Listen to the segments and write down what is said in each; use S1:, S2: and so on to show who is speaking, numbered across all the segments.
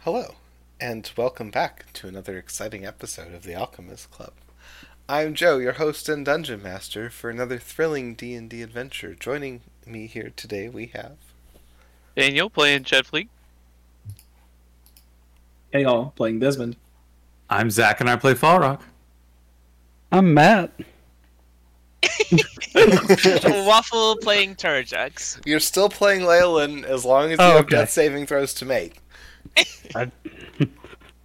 S1: Hello, and welcome back to another exciting episode of the Alchemist Club. I'm Joe, your host and dungeon master for another thrilling D&D adventure. Joining me here today, we have
S2: Daniel playing Jed Fleet.
S3: Hey y'all, playing Desmond.
S4: I'm Zach, and I play Fall Rock.
S5: I'm Matt.
S6: Waffle playing Turjax.
S1: You're still playing Leyland as long as you
S5: Oh,
S1: have
S5: okay.
S1: death saving throws to make.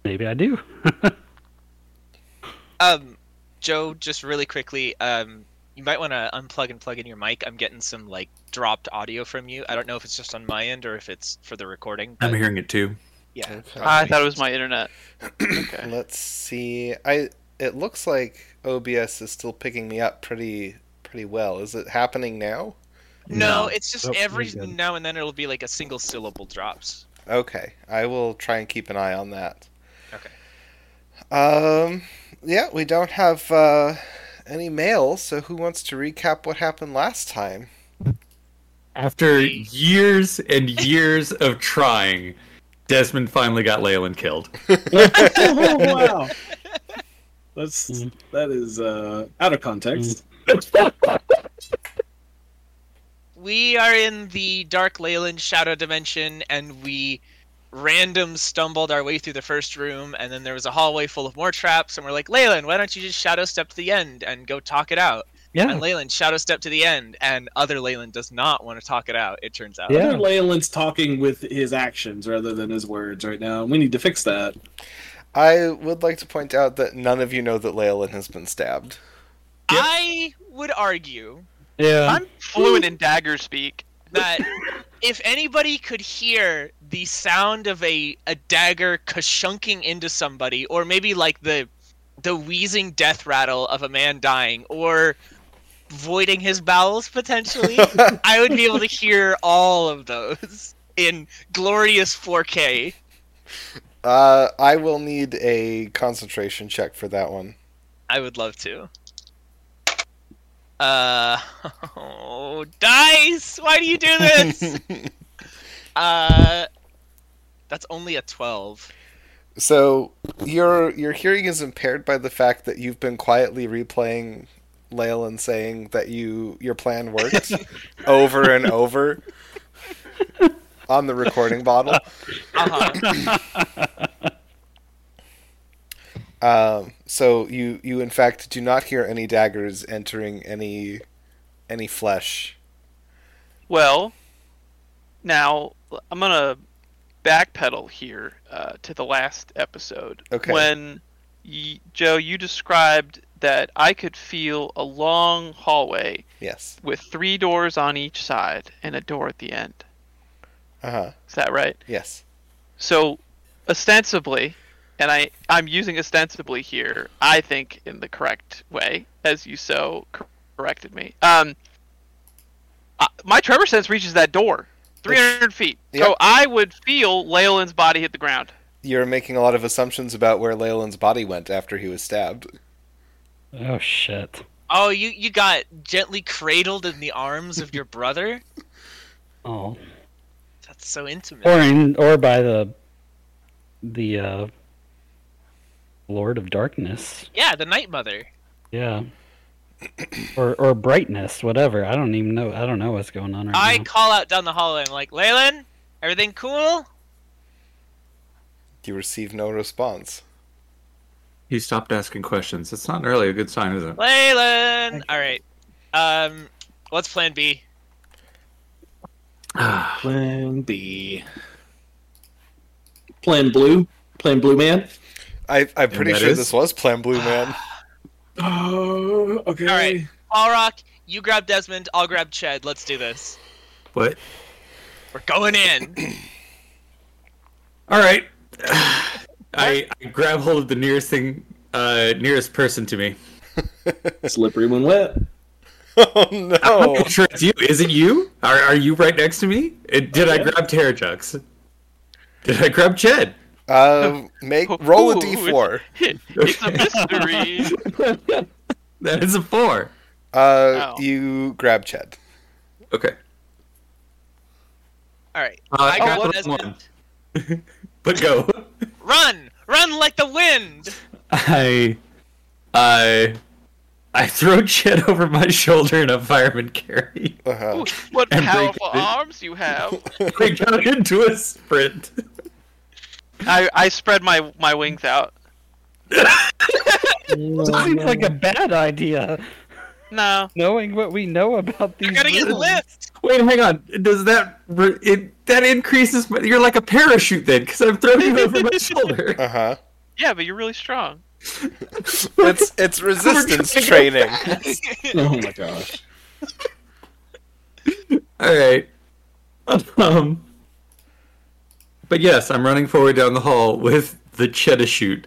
S5: Maybe I do.
S6: Um, Joe, just really quickly, um, you might want to unplug and plug in your mic. I'm getting some like dropped audio from you. I don't know if it's just on my end or if it's for the recording. But
S4: I'm hearing it too.
S6: Yeah.
S1: Okay.
S2: Ah, I thought it was my internet. Okay.
S1: Um, Let's see. I it looks like OBS is still picking me up pretty pretty well. Is it happening now?
S6: No,
S4: No.
S6: it's just
S4: Nope,
S6: every
S4: you're good.
S6: now and then it'll be like a single syllable drops.
S1: Okay, I will try and keep an eye on that.
S6: Okay.
S1: Um, yeah, we don't have uh, any mail, so who wants to recap what happened last time?
S4: After years and years of trying, Desmond finally got Leyland killed.
S3: oh, wow. That's
S5: Mm.
S3: that is uh, out of context.
S6: We are in the Dark Leyland Shadow Dimension, and we random stumbled our way through the first room, and then there was a hallway full of more traps, and we're like, Leyland, why don't you just shadow step to the end and go talk it out?
S5: Yeah.
S6: And Leyland shadow step to the end, and other Leyland does not want to talk it out. It turns out.
S5: Yeah.
S3: Other Leyland's talking with his actions rather than his words right now. and We need to fix that.
S1: I would like to point out that none of you know that Leyland has been stabbed.
S6: I would argue
S5: Yeah.
S2: I'm fluent in dagger speak.
S6: that if anybody could hear the sound of a, a dagger kashunking into somebody, or maybe like the the wheezing death rattle of a man dying, or voiding his bowels potentially, I would be able to hear all of those in glorious 4K.
S1: Uh, I will need a concentration check for that one.
S6: I would love to. Uh, oh, dice! Why do you do this? uh, that's only a twelve.
S1: So your your hearing is impaired by the fact that you've been quietly replaying Leyland saying that you your plan worked over and over on the recording bottle.
S6: Uh-huh.
S1: Um, so you you in fact do not hear any daggers entering any any flesh.
S2: Well, now I'm gonna backpedal here uh, to the last episode
S1: Okay.
S2: when y- Joe you described that I could feel a long hallway
S1: Yes.
S2: with three doors on each side and a door at the end.
S1: Uh huh.
S2: Is that right?
S1: Yes.
S2: So, ostensibly, and I I'm using ostensibly here. I think in the correct way, as you so cor- corrected me. Um, uh, my tremor sense reaches that door, 300 feet.
S1: Yep.
S2: So I would feel Leyland's body hit the ground.
S1: You're making a lot of assumptions about where Leyland's body went after he was stabbed.
S5: Oh shit.
S6: oh, you you got gently cradled in the arms of your brother.
S5: Oh.
S6: That's so intimate.
S5: Or in, or by the the uh Lord of Darkness.
S6: yeah, the Night Mother.
S5: Yeah. or or brightness, whatever. I don't even know. I don't know what's going on right
S6: I
S5: now.
S6: call out down the hallway. I'm like, Leyland, everything cool?
S1: You receive no response.
S4: He stopped asking questions. It's not really a good sign, is it?
S6: Leyland. All right. Um, what's Plan B?
S3: Plan B. Plan blue. Plan blue man.
S1: I, I'm pretty
S4: that
S1: sure
S4: is?
S1: this was Plan Blue Man.
S3: Oh, okay.
S6: All right. All Rock, you grab Desmond. I'll grab Chad. Let's do this.
S4: what?
S6: We're going in.
S4: All right. I, I grab hold of the nearest thing, uh, nearest person to me.
S3: Slippery when wet.
S1: oh
S4: I'm
S1: no!
S4: not sure it's you. Is it you? Are, are you right next to me? Uh, Did I
S3: yeah.
S4: grab Terrajux? Did I grab Ched?
S1: Um, make roll a
S2: Ooh,
S1: d4.
S2: It's a mystery.
S4: That is a four.
S1: Uh,
S2: Ow.
S1: you grab Ched.
S4: Okay.
S6: All right.
S4: Uh,
S6: I grab
S4: I'll put
S6: Desmond.
S4: But go.
S6: Run! Run like the wind!
S4: I, I, I throw Chet over my shoulder in a fireman carry.
S1: Uh-huh.
S2: Ooh, what
S4: And break
S2: powerful
S4: it.
S2: arms you have!
S4: I go into a sprint.
S2: I, I spread my, my wings out.
S5: Seems like a bad idea.
S2: No,
S5: Knowing what we know about these.
S6: You're gonna get
S5: birds.
S6: lift!
S4: Wait, hang on. Does that re- it that increases? My, you're like a parachute then, because I'm throwing you over my shoulder.
S1: Uh-huh.
S2: yeah, but you're really strong.
S1: It's it's resistance
S4: trying to
S1: training.
S3: Oh my gosh.
S4: All right. Um. But yes, I'm running forward down the hall with the Cheta shoot.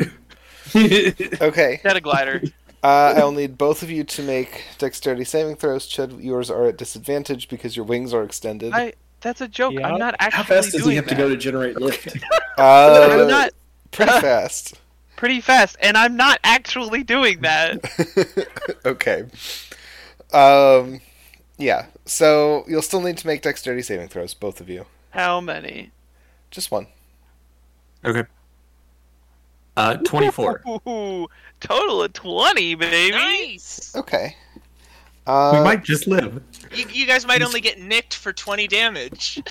S1: Okay.
S2: Jet a glider.
S1: Uh, I'll need both of you to make dexterity saving throws. Chud, yours are at disadvantage because your wings are extended.
S2: I that's a joke.
S5: Yeah.
S2: I'm not actually
S3: How fast
S2: doing
S3: does he have
S2: that.
S3: to go to generate lift?
S1: Uh,
S2: I'm not
S1: pretty fast.
S2: pretty fast, and I'm not actually doing that.
S1: okay. Um, yeah. So you'll still need to make dexterity saving throws, both of you.
S2: How many?
S1: Just one.
S4: Okay. Uh, 24.
S2: Ooh, total of twenty, baby.
S6: Nice!
S1: Okay. Uh,
S4: we might just live.
S6: You, you guys might only get nicked for 20 damage.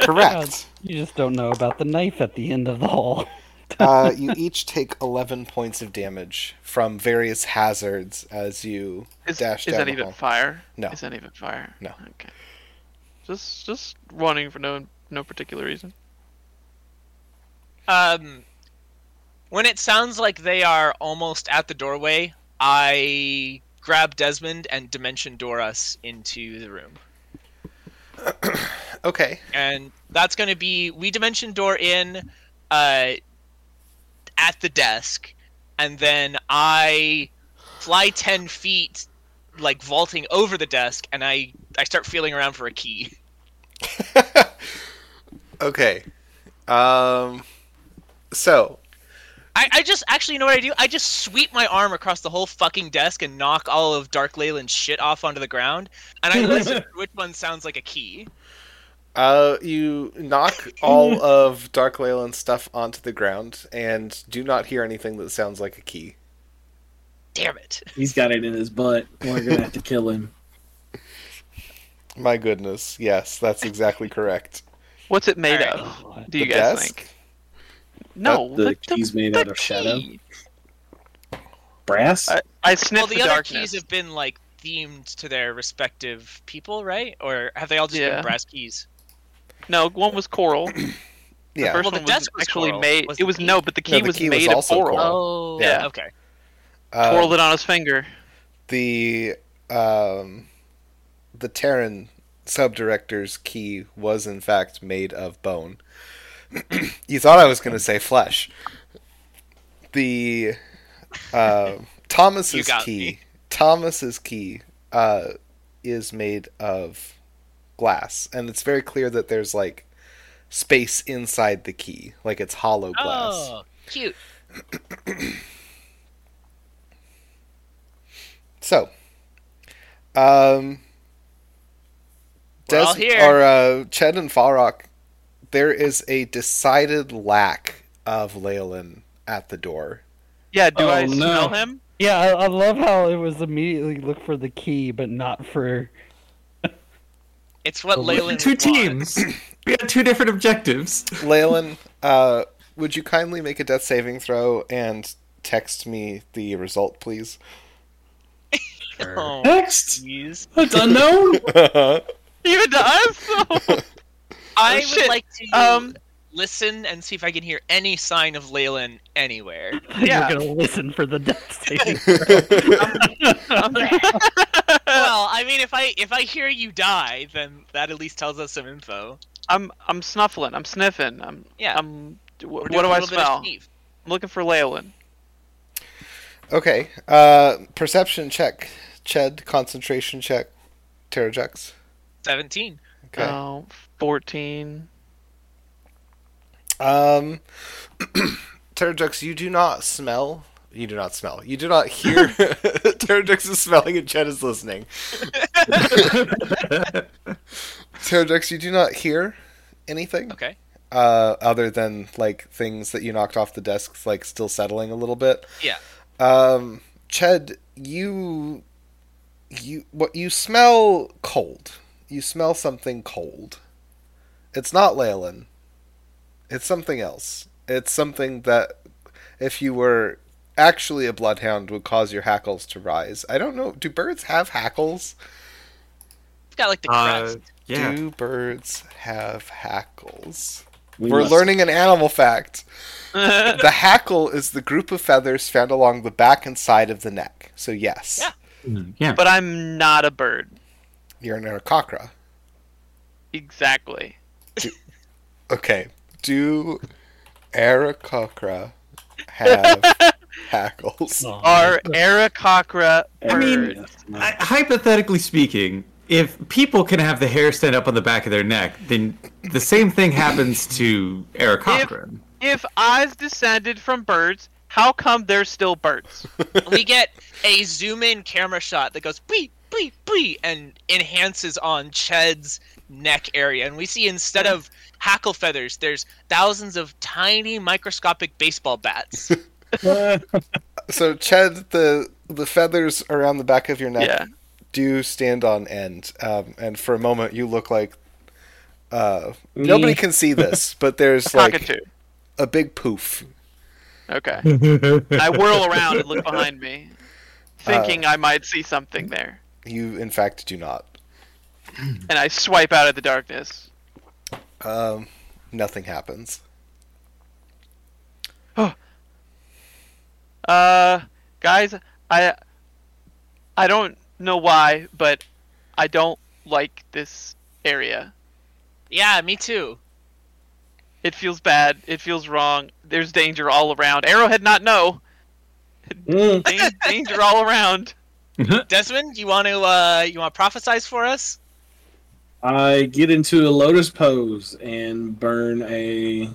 S1: Correct.
S5: You just don't know about the knife at the end of the hall.
S1: uh, you each take 11 points of damage from various hazards as you
S2: Is,
S1: dash
S2: is
S1: down
S2: that
S1: the
S2: even
S1: hall.
S2: fire?
S1: No.
S2: Is that even fire?
S1: No.
S2: Okay. Just just running for no no particular reason.
S6: Um, when it sounds like they are almost at the doorway, I grab Desmond and dimension door us into the room.
S1: Okay.
S6: And that's going to be we dimension door in uh, at the desk, and then I fly 10 feet, like vaulting over the desk, and I, I start feeling around for a key.
S1: Okay. Um, so,
S6: I, I just actually you know what I do? I just sweep my arm across the whole fucking desk and knock all of Dark Leyland's shit off onto the ground, and I listen for which one sounds like a key.
S1: uh, you knock all of Dark Leyland's stuff onto the ground and do not hear anything that sounds like a key.
S6: Damn it.
S3: He's got it in his butt. We're gonna have to kill him.
S1: My goodness. Yes, that's exactly correct.
S2: What's it made
S6: Alright.
S2: of? Do you
S1: The
S2: guys
S1: desk?
S2: think? No,
S3: the key's made
S2: the
S3: out of shadow.
S2: key.
S3: Brass?
S2: I, I sniff
S6: well, the,
S2: the
S6: other
S2: darkness.
S6: keys have been like themed to their respective people, right? Or have they all just
S2: Yeah.
S6: been brass keys?
S2: No, one was coral.
S1: Yeah.
S2: The first
S6: Well, the
S2: one was
S6: desk was
S2: actually
S6: coral,
S2: made.
S6: wasn't
S2: it was
S6: it?
S2: no, but the key
S1: the
S2: was
S1: key was
S2: made of
S1: also
S2: coral.
S1: coral.
S6: Oh,
S2: Yeah.
S6: Okay.
S1: Um,
S2: Twirled it on his finger.
S1: the um, the Terran subdirector's key was in fact made of bone. you thought I was going to say flesh. The uh,
S6: You
S1: Thomas's
S6: got
S1: key,
S6: me.
S1: Thomas's key, uh, is made of glass, and it's very clear that there's like space inside the key, like it's hollow glass.
S6: Oh, cute.
S1: So, um,
S6: We're all
S1: Des-
S6: here.
S1: or uh, Ched and Falrock, there is a decided lack of Leyland at the door.
S2: Yeah, do
S3: Oh,
S2: I
S3: no.
S2: smell him?
S5: Yeah, I, I love how it was immediately look for the key, but not for.
S6: It's what Leyland
S4: Two
S6: would want.
S4: teams. we had two different objectives.
S1: Leyland, uh, would you kindly make a death saving throw and text me the result, please?
S6: Oh,
S3: Next!
S6: jeez.
S3: It's unknown!
S2: Even to us?
S6: I would
S2: Oh, shit.
S6: like to
S2: um,
S6: listen and see if I can hear any sign of Leyland anywhere.
S2: Yeah.
S5: You're gonna listen for the death saving.
S6: well, I mean, if I if I hear you die, then that at least tells us some info.
S2: I'm I'm snuffling. I'm sniffing. I'm
S6: Yeah.
S2: I'm. Um, wh-
S6: We're
S2: What
S6: doing
S2: do
S6: a
S2: I
S6: little bit of
S2: smell?
S6: sneak.
S2: I'm looking for Leyland.
S1: okay. Uh, perception check, Ched. Concentration check, Terrajex.
S6: Seventeen.
S1: Okay.
S2: Oh, 14.
S1: Um, Terrajux, you do not smell. You do not smell. You do not hear. Terrajux is smelling and Chet is listening. Terrajux, you do not hear anything.
S6: Okay.
S1: uh, other than like things that you knocked off the desks, like still settling a little bit.
S6: Yeah.
S1: Um, Ched, you, you, what you smell cold. You smell something cold. It's not Leyland. It's something else. It's something that, if you were actually a bloodhound, would cause your hackles to rise. I don't know. Do birds have hackles?
S6: It's got like the crest.
S4: Uh, yeah.
S1: Do birds have hackles?
S3: We
S1: We're
S3: must-
S1: learning an animal fact. The hackle is the group of feathers found along the back and side of the neck. So yes,
S6: Yeah.
S4: Yeah.
S2: But I'm not a bird.
S1: you're an aracocra.
S2: Exactly.
S1: Okay. Do aracocra have hackles?
S5: Aw.
S2: Are Aracocra birds?
S3: I mean,
S4: I, hypothetically speaking, if people can have the hair stand up on the back of their neck, then the same thing happens to Eric Cochran.
S2: if eyes descended from birds, how come they're still birds?
S6: we get a zoom in camera shot that goes bleep bleep bleep and enhances on Ched's neck area and we see instead of hackle feathers there's thousands of tiny microscopic baseball bats
S1: So Ched, the the feathers around the back of your neck
S2: Yeah.
S1: do stand on end, um, and for a moment you look like uh, nobody can see this, but there's like
S2: Cockatoo.
S1: a big poof.
S2: Okay. I whirl around and look behind me,
S1: Uh,
S2: thinking I might see something there.
S1: You in fact do not.
S2: And I swipe out of the darkness.
S1: Um, nothing happens.
S2: Uh, guys, I I don't know why, but I don't like this area.
S6: yeah me too
S2: It feels bad. It feels wrong. There's danger all around. Arrowhead, not know.
S3: Mm.
S2: Dan- danger all around.
S6: Desmond you want to uh you want to prophesize for us
S3: I get into a lotus pose and burn a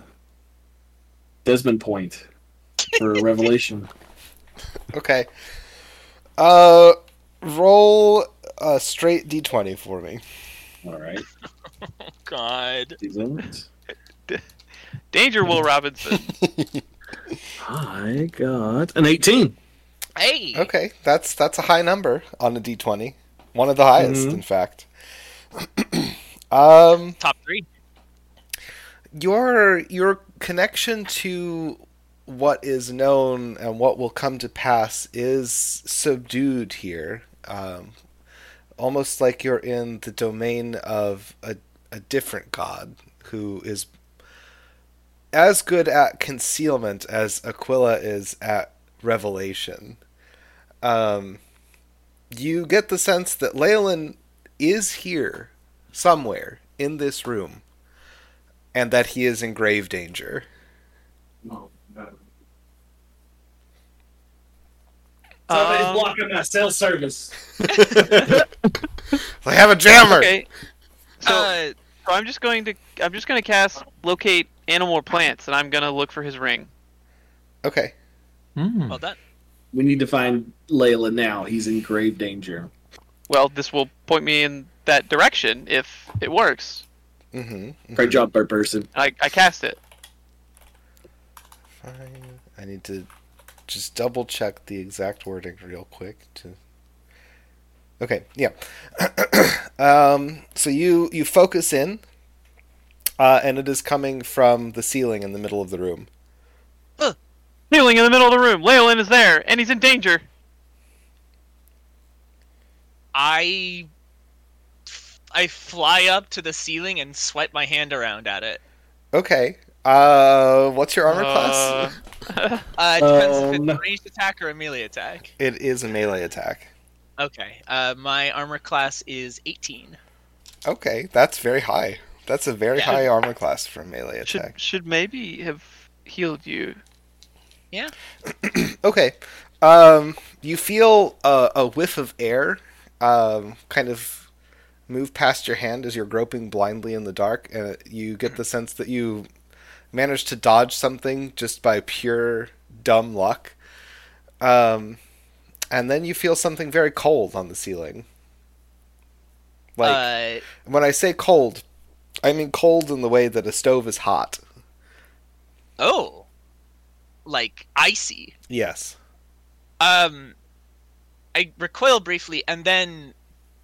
S3: Desmond point for a revelation.
S1: Okay. Uh, roll a straight d20 for me.
S3: All right,
S6: god
S3: decent.
S2: Danger, Will Robinson.
S3: I got an eighteen.
S6: hey
S1: Okay, that's that's a high number on a d20. One of the highest,
S3: Mhm.
S1: in fact. um,
S6: top three
S1: your your connection to what is known and what will come to pass is subdued here, um, almost like you're in the domain of a a different god who is as good at concealment as Aquila is at revelation. Um, you get the sense that Leyland is here somewhere in this room and that he is in grave danger.
S2: Somebody's Um,
S3: blocking my cell service.
S1: They have a jammer.
S2: Okay. So,
S6: uh,
S2: so I'm just going to I'm just going to cast locate animal or plants, and I'm going to look for his ring.
S1: Okay.
S4: Hmm.
S6: well done
S3: We need to find Layla now. He's in grave danger.
S2: Well, this will point me in that direction if it works.
S1: Mm-hmm.
S3: Great job, bird person.
S2: I, I cast it.
S1: Fine. I need to just double check the exact wording real quick to. Okay. Yeah. um, so you you focus in, uh, and it is coming from the ceiling in the middle of the room.
S2: Kneeling in the middle of the room, Leyland is there, and he's in danger.
S6: I I fly up to the ceiling and swipe my hand around at it
S1: Okay. Uh, what's your armor
S2: Uh,
S1: class?
S6: Uh, it depends
S3: Um,
S6: if it's ranged attack or a melee attack.
S1: It is a melee attack.
S6: Okay. Uh, my armor class is 18.
S1: Okay, that's very high. That's a very
S6: Yeah.
S1: high armor class for a melee attack.
S2: should should maybe have healed you.
S1: Okay. Um, you feel a, a whiff of air um, kind of move past your hand as you're groping blindly in the dark, and it- you get the sense that you managed to dodge something just by pure dumb luck. Um, and then you feel something very cold on the ceiling. Like,
S6: uh,
S1: when I say cold, I mean cold in the way that a stove is hot.
S6: oh, like icy.
S1: Yes.
S6: Um, I recoil briefly and then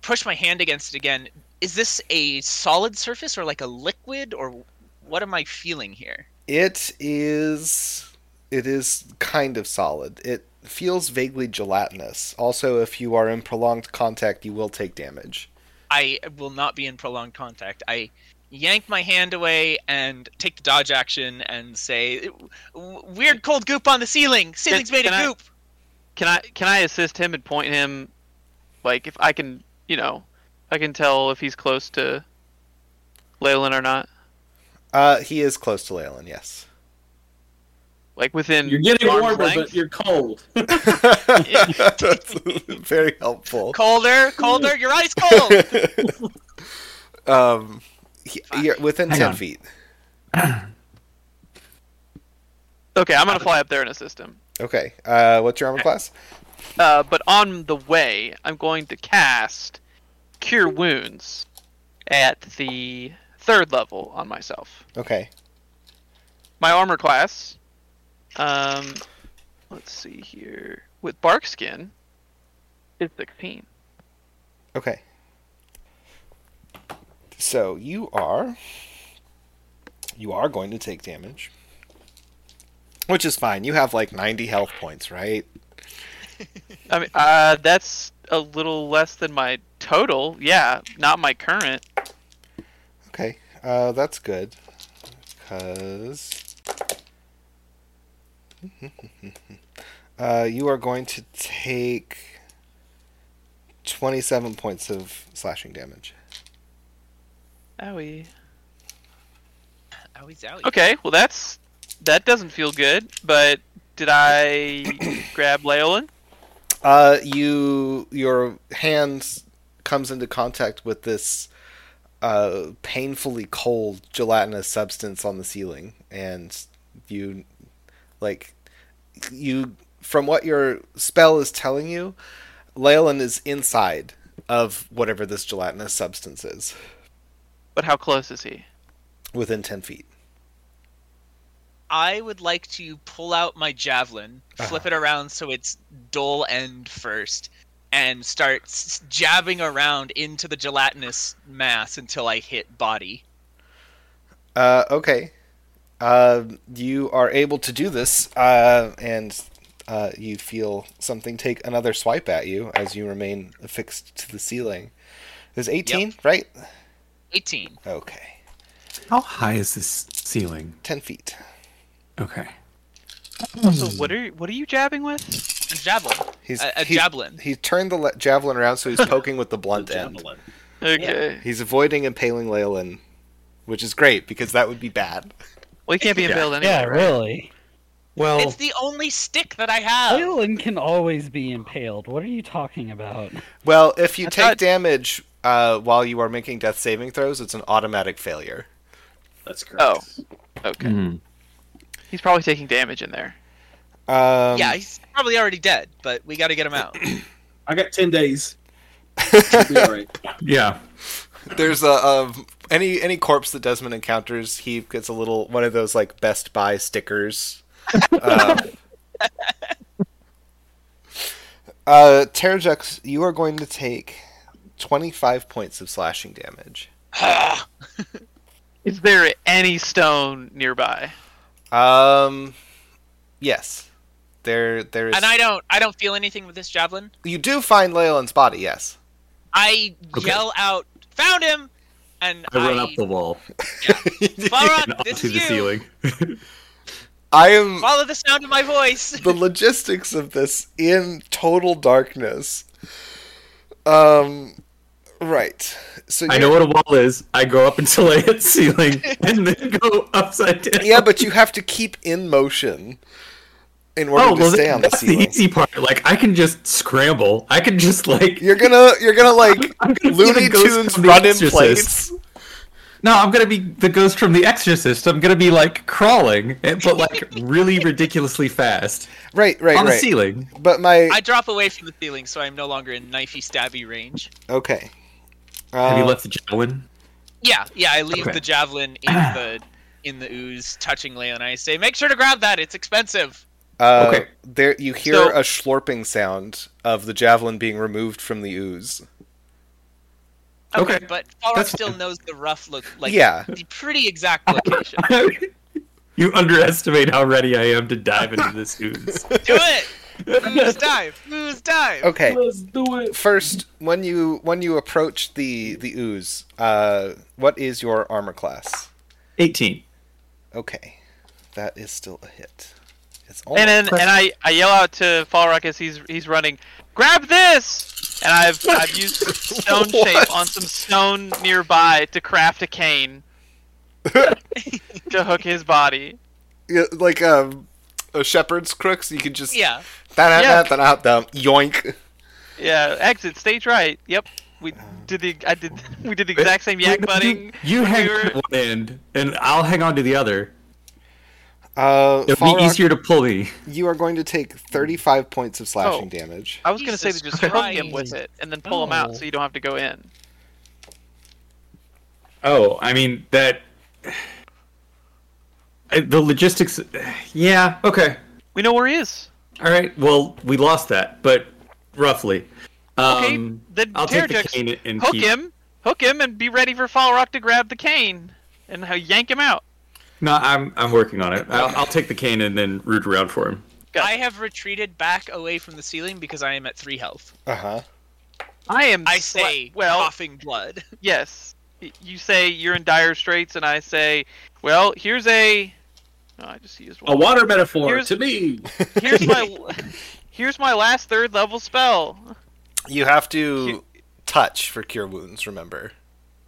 S6: push my hand against it again. Is this a solid surface or like a liquid or what am I feeling here?
S1: It is. It is kind of solid. It feels vaguely gelatinous. Also, if you are in prolonged contact, you will take damage.
S6: I will not be in prolonged contact. I yank my hand away and take the dodge action and say, "Weird cold goop on the ceiling. Ceiling's made
S2: Can
S6: of
S2: I-
S6: goop."
S2: Can I can I assist him and point him? Like if I can, you know, I can tell if he's close to Leyland or not.
S1: Uh, he is close to Leyland, yes.
S2: Like within
S3: You're getting
S2: arm's
S3: warmer,
S2: length?
S3: but you're cold.
S1: That's very helpful.
S6: Colder, colder. Your eyes cold.
S1: Um, he, you're within
S4: Hang
S1: ten
S4: on.
S1: feet.
S2: Okay, I'm gonna fly up there and assist him.
S1: Okay. Uh, what's your armor class?
S2: Uh, but on the way, I'm going to cast Cure Wounds at the third level on myself.
S1: Okay.
S2: my armor class. Um, let's see here. With bark skin, is sixteen.
S1: Okay. So you are you are going to take damage. Which is fine. You have like 90 health points, right?
S2: I mean, uh, that's a little less than my total. Yeah, not my current.
S1: Okay. Uh, that's good. Cuz uh, you are going to take 27 points of slashing damage.
S2: Owie.
S6: Owie zowie.
S2: Okay, well that's that doesn't feel good. But did I grab Leolin?
S1: Uh, you your hand comes into contact with this uh, painfully cold gelatinous substance on the ceiling, and you like you from what your spell is telling you, Leyland is inside of whatever this gelatinous substance is
S2: But how close is he?
S1: within ten feet.
S6: I would like to pull out my javelin,
S4: Uh-huh.
S6: flip it around so it's dull end first, and start s- s- jabbing around into the gelatinous mass until I hit body.
S1: Uh, okay. Uh, you are able to do this, uh, and uh, you feel something take another swipe at you as you remain affixed to the ceiling. There's 18, right?
S6: 18.
S1: Okay.
S4: How high is this ceiling?
S1: 10 feet.
S4: Okay.
S2: So what are what are you jabbing with?
S6: Javelin.
S1: He's,
S6: A- a
S1: he's-
S6: javelin.
S1: He turned the le- javelin around, so he's poking with the blunt end.
S3: Javelin.
S2: Okay.
S1: He's avoiding impaling Leyland, which is great because that would be bad.
S2: Well, he can't be impaled anyway.
S5: yeah,
S2: right?
S5: really.
S4: Well,
S6: It's the only stick that I have.
S5: Leyland can always be impaled. What are you talking about?
S1: Well, if you
S2: I
S1: take
S2: thought-
S1: damage uh, while you are making death saving throws, it's an automatic failure.
S3: That's correct.
S2: Oh. Okay.
S4: hmm.
S2: He's probably taking damage in there.
S1: Um,
S6: yeah, he's probably already dead, but we got to get him out.
S3: I got ten days. Should be all right.
S4: yeah.
S1: There's a, a any any corpse that Desmond encounters, he gets a little one of those like Best Buy stickers. uh, uh, Terrajux, you are going to take twenty five points of slashing damage.
S2: Is there any stone nearby?
S1: Um, yes, there there is.
S6: and I don't I don't feel anything with this javelin.
S1: You do find Leyland's body, yes.
S6: I
S4: Okay.
S6: yell out, "Found him!" And
S4: I run up the wall
S6: Farah,
S4: and
S6: this
S4: onto the
S6: is you.
S4: ceiling.
S1: I am
S6: Follow the sound of my voice.
S1: the logistics of this in total darkness. Um, right. So
S4: I
S1: you're-
S4: know what a wall is. I go up until I hit ceiling and then go upside down.
S1: yeah, but you have to keep in motion in order
S4: Oh,
S1: to
S4: well,
S1: stay on the
S4: that's the
S1: ceiling.
S4: easy part. Like, I can just scramble. I can just, like,
S1: You're gonna you're gonna like
S4: I'm gonna be
S1: Looney
S4: the ghost
S1: Tunes
S4: from The
S1: run in
S4: Exorcist.
S1: place.
S4: No, I'm gonna be the ghost from The Exorcist. I'm gonna be like crawling, eh, but like really ridiculously fast
S1: Right, right,
S4: on the
S1: right.
S4: ceiling.
S1: But my
S6: I drop away from the ceiling, so I'm no longer in knifey stabby range.
S1: okay.
S4: Have you
S1: Um,
S4: left the javelin?
S6: Yeah, yeah. I leave
S4: Okay.
S6: the javelin in the in the ooze, touching Leon. I say, "Make sure to grab that. It's expensive."
S1: Uh,
S4: Okay.
S1: There, you hear
S2: So-
S1: a slurping sound of the javelin being removed from the ooze.
S4: Okay.
S6: but Falrock
S4: That's
S6: still
S4: fine.
S6: knows the rough look, like
S1: Yeah.
S6: the pretty exact location.
S4: you underestimate how ready I am to dive into this ooze.
S6: Do it. Ooze dive. Ooze dive.
S1: Okay.
S3: Let's do it.
S1: First, when you when you approach the the ooze, uh, what is your armor class?
S4: 18.
S1: Okay, that is still a hit. It's
S2: And
S1: almost
S2: then and I, I yell out to Falrock as he's he's running, grab this! And I've I've used stone shape on some stone nearby to craft a cane to hook his body.
S1: Yeah, like um, a shepherd's crook, so you can just
S6: Yeah.
S1: da
S2: Yeah.
S1: da da da da yoink.
S2: Yeah, exit stage right. Yep, we did the I did we did the exact same yak butting.
S4: You, you hang
S2: We
S4: on
S2: were-
S4: to one end, and I'll hang on to the other.
S1: Uh,
S4: It'll
S1: Falrock,
S4: be easier to pull me.
S1: You are going to take thirty-five points of slashing
S2: Oh.
S1: damage.
S2: I was gonna say to
S6: Jesus
S2: just hook him with
S6: Christ.
S2: it and then pull him out so you don't have to go in.
S4: Oh, I mean that. I- The logistics. Yeah. Okay.
S2: We know where he is.
S4: All right. Well, we lost that, but roughly. Um,
S2: Okay, then
S4: I'll take the
S2: Terrorjux,
S4: cane and
S2: hook
S4: keep-
S2: him, hook him, and be ready for Falrock to grab the cane and ho- yank him out.
S4: No, I'm I'm working on it. I'll, I'll take the cane and then root around for him.
S6: I have retreated back away from the ceiling because I am at three health.
S1: Uh huh.
S2: I am.
S6: I
S2: sla-
S6: say,
S2: well,
S6: coughing blood.
S2: yes. Y- You say you're in dire straits, and I say, well, here's a. Oh, I just used
S3: A
S2: one.
S3: water metaphor
S2: Here's-
S3: to me.
S2: Here's my. Here's my last third level spell.
S1: You have to touch for cure wounds. Remember.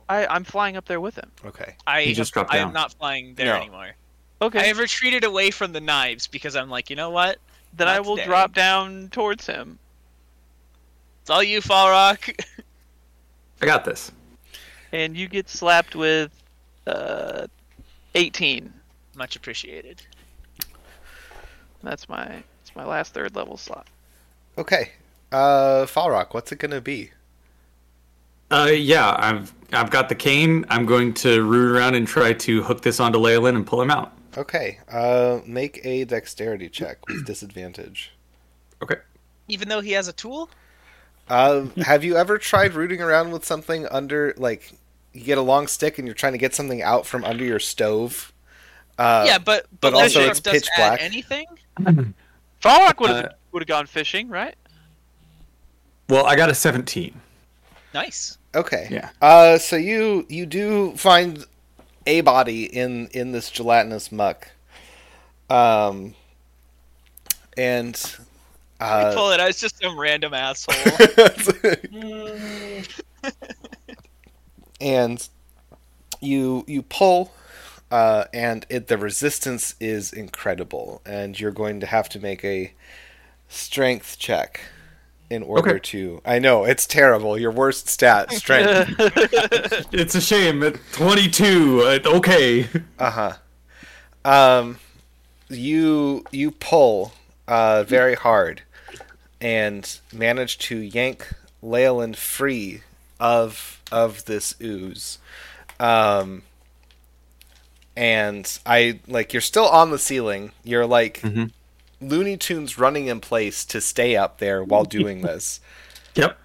S2: I, I'm flying up there with him.
S1: Okay.
S6: I
S4: He just
S6: have-
S4: dropped
S6: I
S4: down.
S6: am not flying there
S1: No.
S6: anymore.
S2: Okay,
S6: I have retreated away from the knives because I'm like, you know what?
S2: then I
S6: not
S2: will
S6: today.
S2: drop down towards him.
S6: It's all you, Falrock.
S4: I got this.
S2: and you get slapped with uh, 18.
S6: Much appreciated.
S2: That's my that's my last third level slot.
S1: Okay. Uh, Falrock, what's it gonna be?
S4: Uh, yeah, I've I've got the cane. I'm going to root around and try to hook this onto Leyland and pull him out.
S1: Okay. Uh, make a dexterity check with disadvantage.
S4: Okay.
S6: Even though he has a tool?
S1: Um, have you ever tried rooting around with something under, like, you get a long stick and you're trying to get something out from under your stove? Uh,
S6: yeah, but
S1: but
S6: that
S1: also
S6: sharp
S1: it's
S6: doesn't
S1: pitch
S6: add
S1: black.
S6: Anything?
S2: Falrock would have
S4: Uh,
S2: would have gone fishing, right?
S4: Well, I got a 17.
S6: Nice.
S1: Okay.
S4: Yeah.
S1: Uh, so you you do find a body in in this gelatinous muck. Um. And.
S6: I
S1: Uh,
S6: pull it. I was just some random asshole.
S1: and you you pull uh, and it, the resistance is incredible and you're going to have to make a strength check in order
S4: Okay.
S1: to i know it's terrible your worst stat strength
S4: It's a shame. At 22, uh, okay.
S1: uh-huh um you you pull uh very hard and manage to yank Leyland free of of this ooze um and i like you're still on the ceiling you're like
S4: Mhm.
S1: looney tunes running in place to stay up there while doing this
S4: Yep.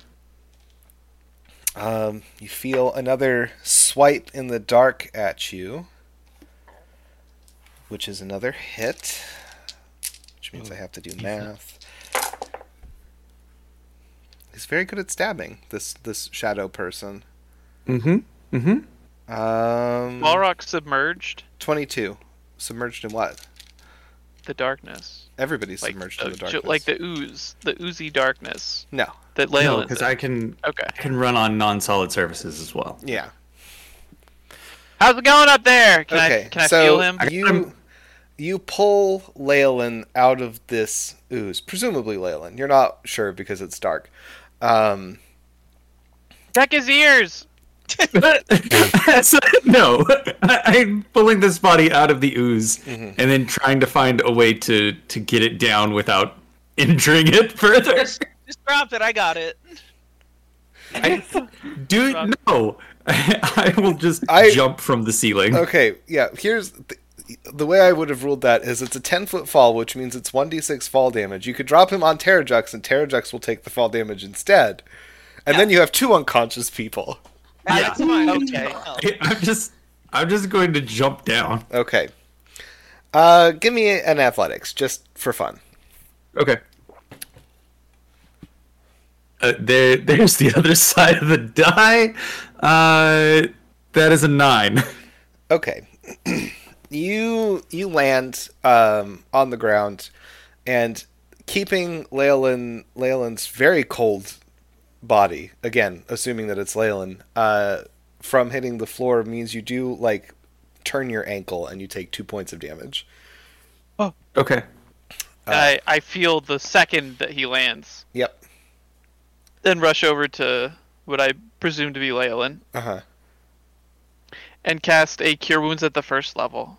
S1: um you feel another swipe in the dark at you which is another hit which means i have to do math he's very good at stabbing this this shadow person
S4: Mm-hmm. Mm-hmm.
S1: um
S2: Falrock submerged
S1: 22 submerged in what
S2: the darkness,
S1: Everybody's
S2: like
S1: submerged
S2: the,
S1: in the
S2: ju-
S1: darkness.
S2: like the ooze, the oozy darkness
S1: no,
S2: that
S4: No,
S2: Leyland.
S4: because I can
S2: Okay,
S4: I can run on non-solid surfaces as well.
S1: yeah.
S2: how's it going up there? Can
S1: okay,
S2: I can I
S1: so
S2: feel him?
S1: you you pull Leyland out of this ooze, presumably Leyland. You're not sure because it's dark. Um,
S2: Check his ears.
S4: So, no, I, I'm pulling this body out of the ooze
S1: Mhm.
S4: and then trying to find a way to to get it down without injuring it further.
S6: just, just drop it. I got it.
S4: I, do no. I will just
S1: I-
S4: jump from the ceiling.
S1: okay, yeah. Here's th- the way I would have ruled that is it's a 10 foot fall, which means it's 1d6 fall damage. You could drop him on Terrajux, and Terrajux will take the fall damage instead. And then you have two unconscious people.
S6: That's fine. Okay.
S4: I'm just I'm just going to jump down.
S1: Okay. Uh, give me an athletics, just for fun.
S4: Okay. Uh, there, there's the other side of the die. Uh, that is a nine.
S1: Okay. you you land um, on the ground, and keeping Leyland Leyland's very cold body again, assuming that it's Leyland, uh, from hitting the floor means you do like turn your ankle and you take two points of damage.
S4: Okay.
S2: I, I feel the second that he lands.
S1: Yep.
S2: Then rush over to what I presume to be Leyland
S1: Uh huh.
S2: and cast a Cure Wounds at the first level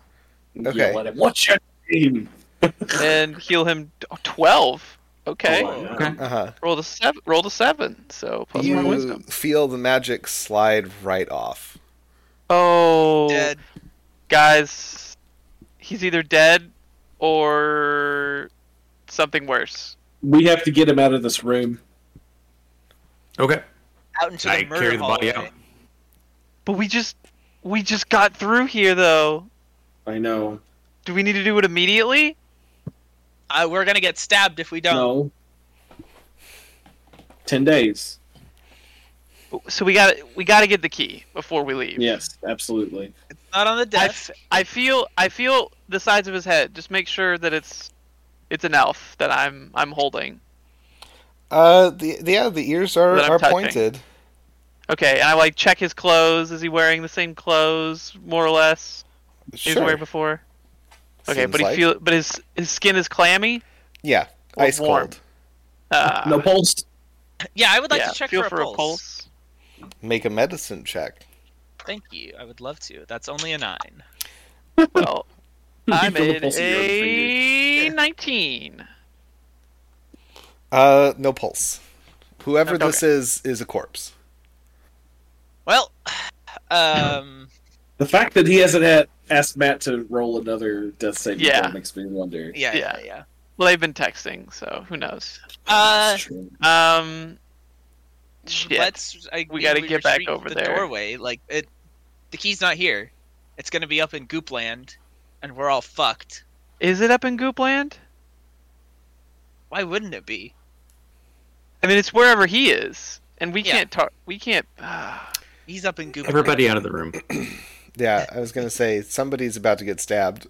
S1: Okay.
S3: Yell at him, What's your name?
S2: and heal him t- twelve. Okay.
S3: Oh,
S4: Okay.
S1: Uh huh.
S2: roll the seven. Roll the seven. So plus one
S1: You
S2: wisdom.
S1: feel the magic slide right off.
S2: Oh,
S6: Dead.
S2: guys, he's either dead or something worse.
S3: We have to get him out of this room.
S4: Okay.
S6: Out into
S4: I
S6: the murder
S4: carry the body
S6: hallway.
S4: out.
S2: But we just we just got through here though.
S3: I know.
S2: Do we need to do it immediately?
S6: Uh, we're gonna get stabbed if we don't.
S3: No. Ten days.
S2: So we got to we got to get the key before we leave.
S3: Yes, absolutely.
S6: Not on the
S2: I,
S6: death.
S2: f- I feel I feel the sides of his head. Just make sure that it's it's an elf that I'm I'm holding.
S1: Uh, the, the yeah, the ears are,
S2: That I'm
S1: are
S2: touching.
S1: pointed.
S2: Okay, and I like check his clothes. Is he wearing the same clothes more or less he was
S1: Sure.
S2: wearing before? Okay,
S1: Seems
S2: but he
S1: like.
S2: feel but his his skin is clammy.
S1: yeah,
S2: Or
S1: ice
S2: warm.
S1: cold.
S2: Uh,
S3: no pulse.
S6: yeah, I would like
S2: yeah,
S6: to check
S2: feel
S6: for, a, pulse.
S1: Make a medicine check.
S6: Thank you. I would love to. That's only a nine.
S2: Well, I
S3: Feel the
S2: made
S3: pulse of your other
S2: a nineteen.
S1: Uh, no pulse. Whoever
S2: Okay.
S1: this is is a corpse.
S6: Well, um,
S3: The fact that he hasn't had asked Matt to roll another death saving
S2: Yeah.
S3: throw makes me wonder.
S6: yeah, yeah,
S2: Yeah.
S6: yeah.
S2: Well, they've been texting, so who knows?
S6: Uh,
S2: Um, shit.
S6: let's. I,
S2: We gotta get back
S6: retreat to
S2: over
S6: the
S2: there.
S6: doorway. Like it, the key's not here. It's gonna be up in Goopland, and we're all fucked.
S2: Is it up in Goopland?
S6: Why wouldn't it be?
S2: I mean, it's wherever he is, and we
S6: Yeah.
S2: can't talk. We can't.
S6: He's up in Goopland.
S4: Everybody out of the room.
S1: Yeah, I was gonna say somebody's about to get stabbed.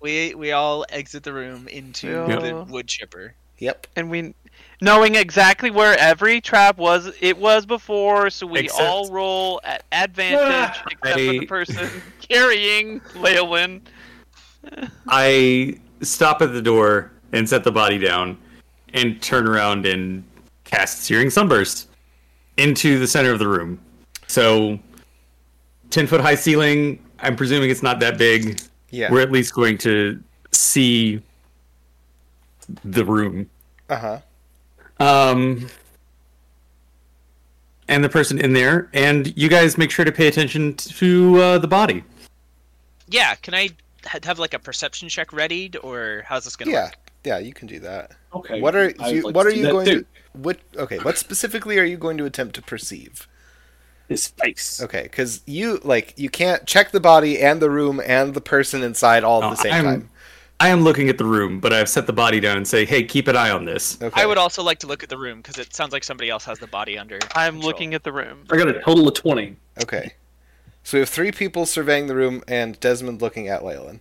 S6: We we all exit the room into
S2: Yeah.
S6: the wood chipper.
S1: Yep.
S2: and we knowing exactly where every trap was it was before so we
S4: Except-
S2: all roll at advantage except for the
S4: I-
S2: person carrying Leolin.
S4: I stop at the door and set the body down and turn around and cast Searing Sunburst into the center of the room. So, 10 foot high ceiling. I'm presuming it's not that big.
S1: Yeah.
S4: We're at least going to see the room.
S1: Uh huh.
S4: Um, and the person in there. And you guys make sure to pay attention to uh, the body.
S6: Yeah, can I ha- have like a perception check readied, or how's this gonna
S1: Yeah.
S6: work?
S1: Yeah, you can do that.
S3: Okay.
S1: What are
S3: I would
S1: you,
S3: like
S1: What
S3: to
S1: are
S3: do
S1: you
S3: that
S1: going
S3: too.
S1: to? What? Okay. What specifically are you going to attempt to perceive?
S3: His face.
S1: Okay, because you like you can't check the body and the room and the person inside all at
S4: No,
S1: the same
S4: Uh, I'm-
S1: time.
S4: I am looking at the room, but I've set the body down and say, "Hey, keep an eye on this."
S1: Okay.
S6: I would also like to look at the room because it sounds like somebody else has the body under.
S2: I'm
S6: control.
S2: looking at the room.
S3: I got a total of twenty.
S1: Okay. So we have three people surveying the room and Desmond looking at Leyland.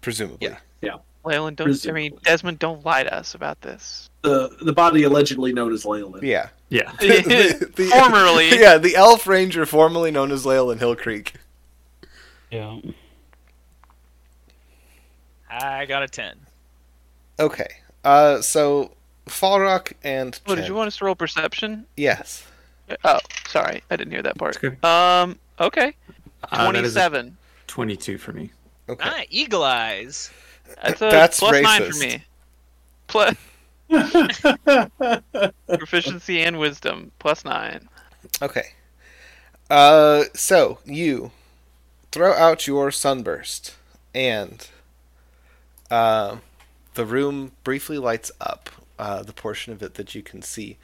S1: Presumably.
S6: Yeah.
S2: Leolin, don't I mean Desmond don't lie to us about this.
S3: The the body allegedly known as Leyland.
S1: Yeah.
S4: Yeah.
S1: The- the-
S2: Formerly
S1: Yeah, the elf ranger formerly known as Leyland Hill Creek.
S5: Yeah.
S6: I got a ten.
S1: Okay. Uh so Falrock and
S2: Oh, did
S1: Chen.
S2: you want us to roll perception?
S1: Yes.
S2: Oh, sorry, I didn't hear that part.
S4: It's
S2: Um, okay,
S4: Uh, that is a
S2: twenty-seven.
S4: Twenty-two for me.
S1: Okay.
S6: Ah, eagle eyes.
S2: That's a
S1: That's
S2: plus nine for
S1: racist.
S2: me. Plus proficiency and wisdom plus nine.
S1: Okay. Uh so you throw out your sunburst and uh, the room briefly lights up. Uh, the portion of it that you can see.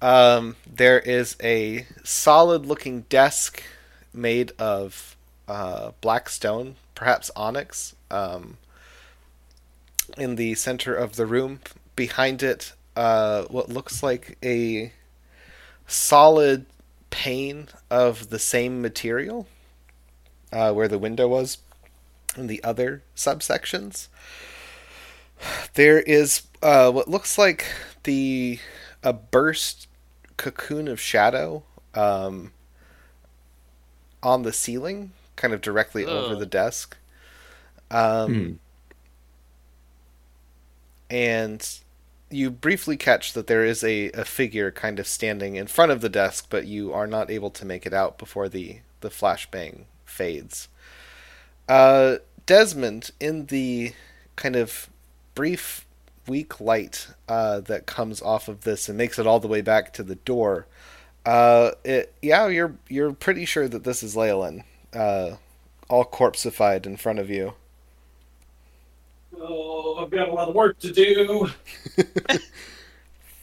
S1: Um, there is a solid-looking desk made of uh, black stone, perhaps onyx, um, in the center of the room. Behind it, uh, what looks like a solid pane of the same material uh, where the window was in the other subsections. There is uh, what looks like the a burst cocoon of shadow um, on the ceiling, kind of directly over
S6: Ugh.
S1: the desk. Um,
S4: Hmm.
S1: and you briefly catch that there is a, a figure kind of standing in front of the desk, but you are not able to make it out before the, the flashbang fades. Uh, Desmond, in the kind of brief, weak light uh, that comes off of this and makes it all the way back to the door, uh, it, yeah, you're you're pretty sure that this is Leyland, uh, all corpseified in front of you.
S3: Oh, I've got a lot of work to do.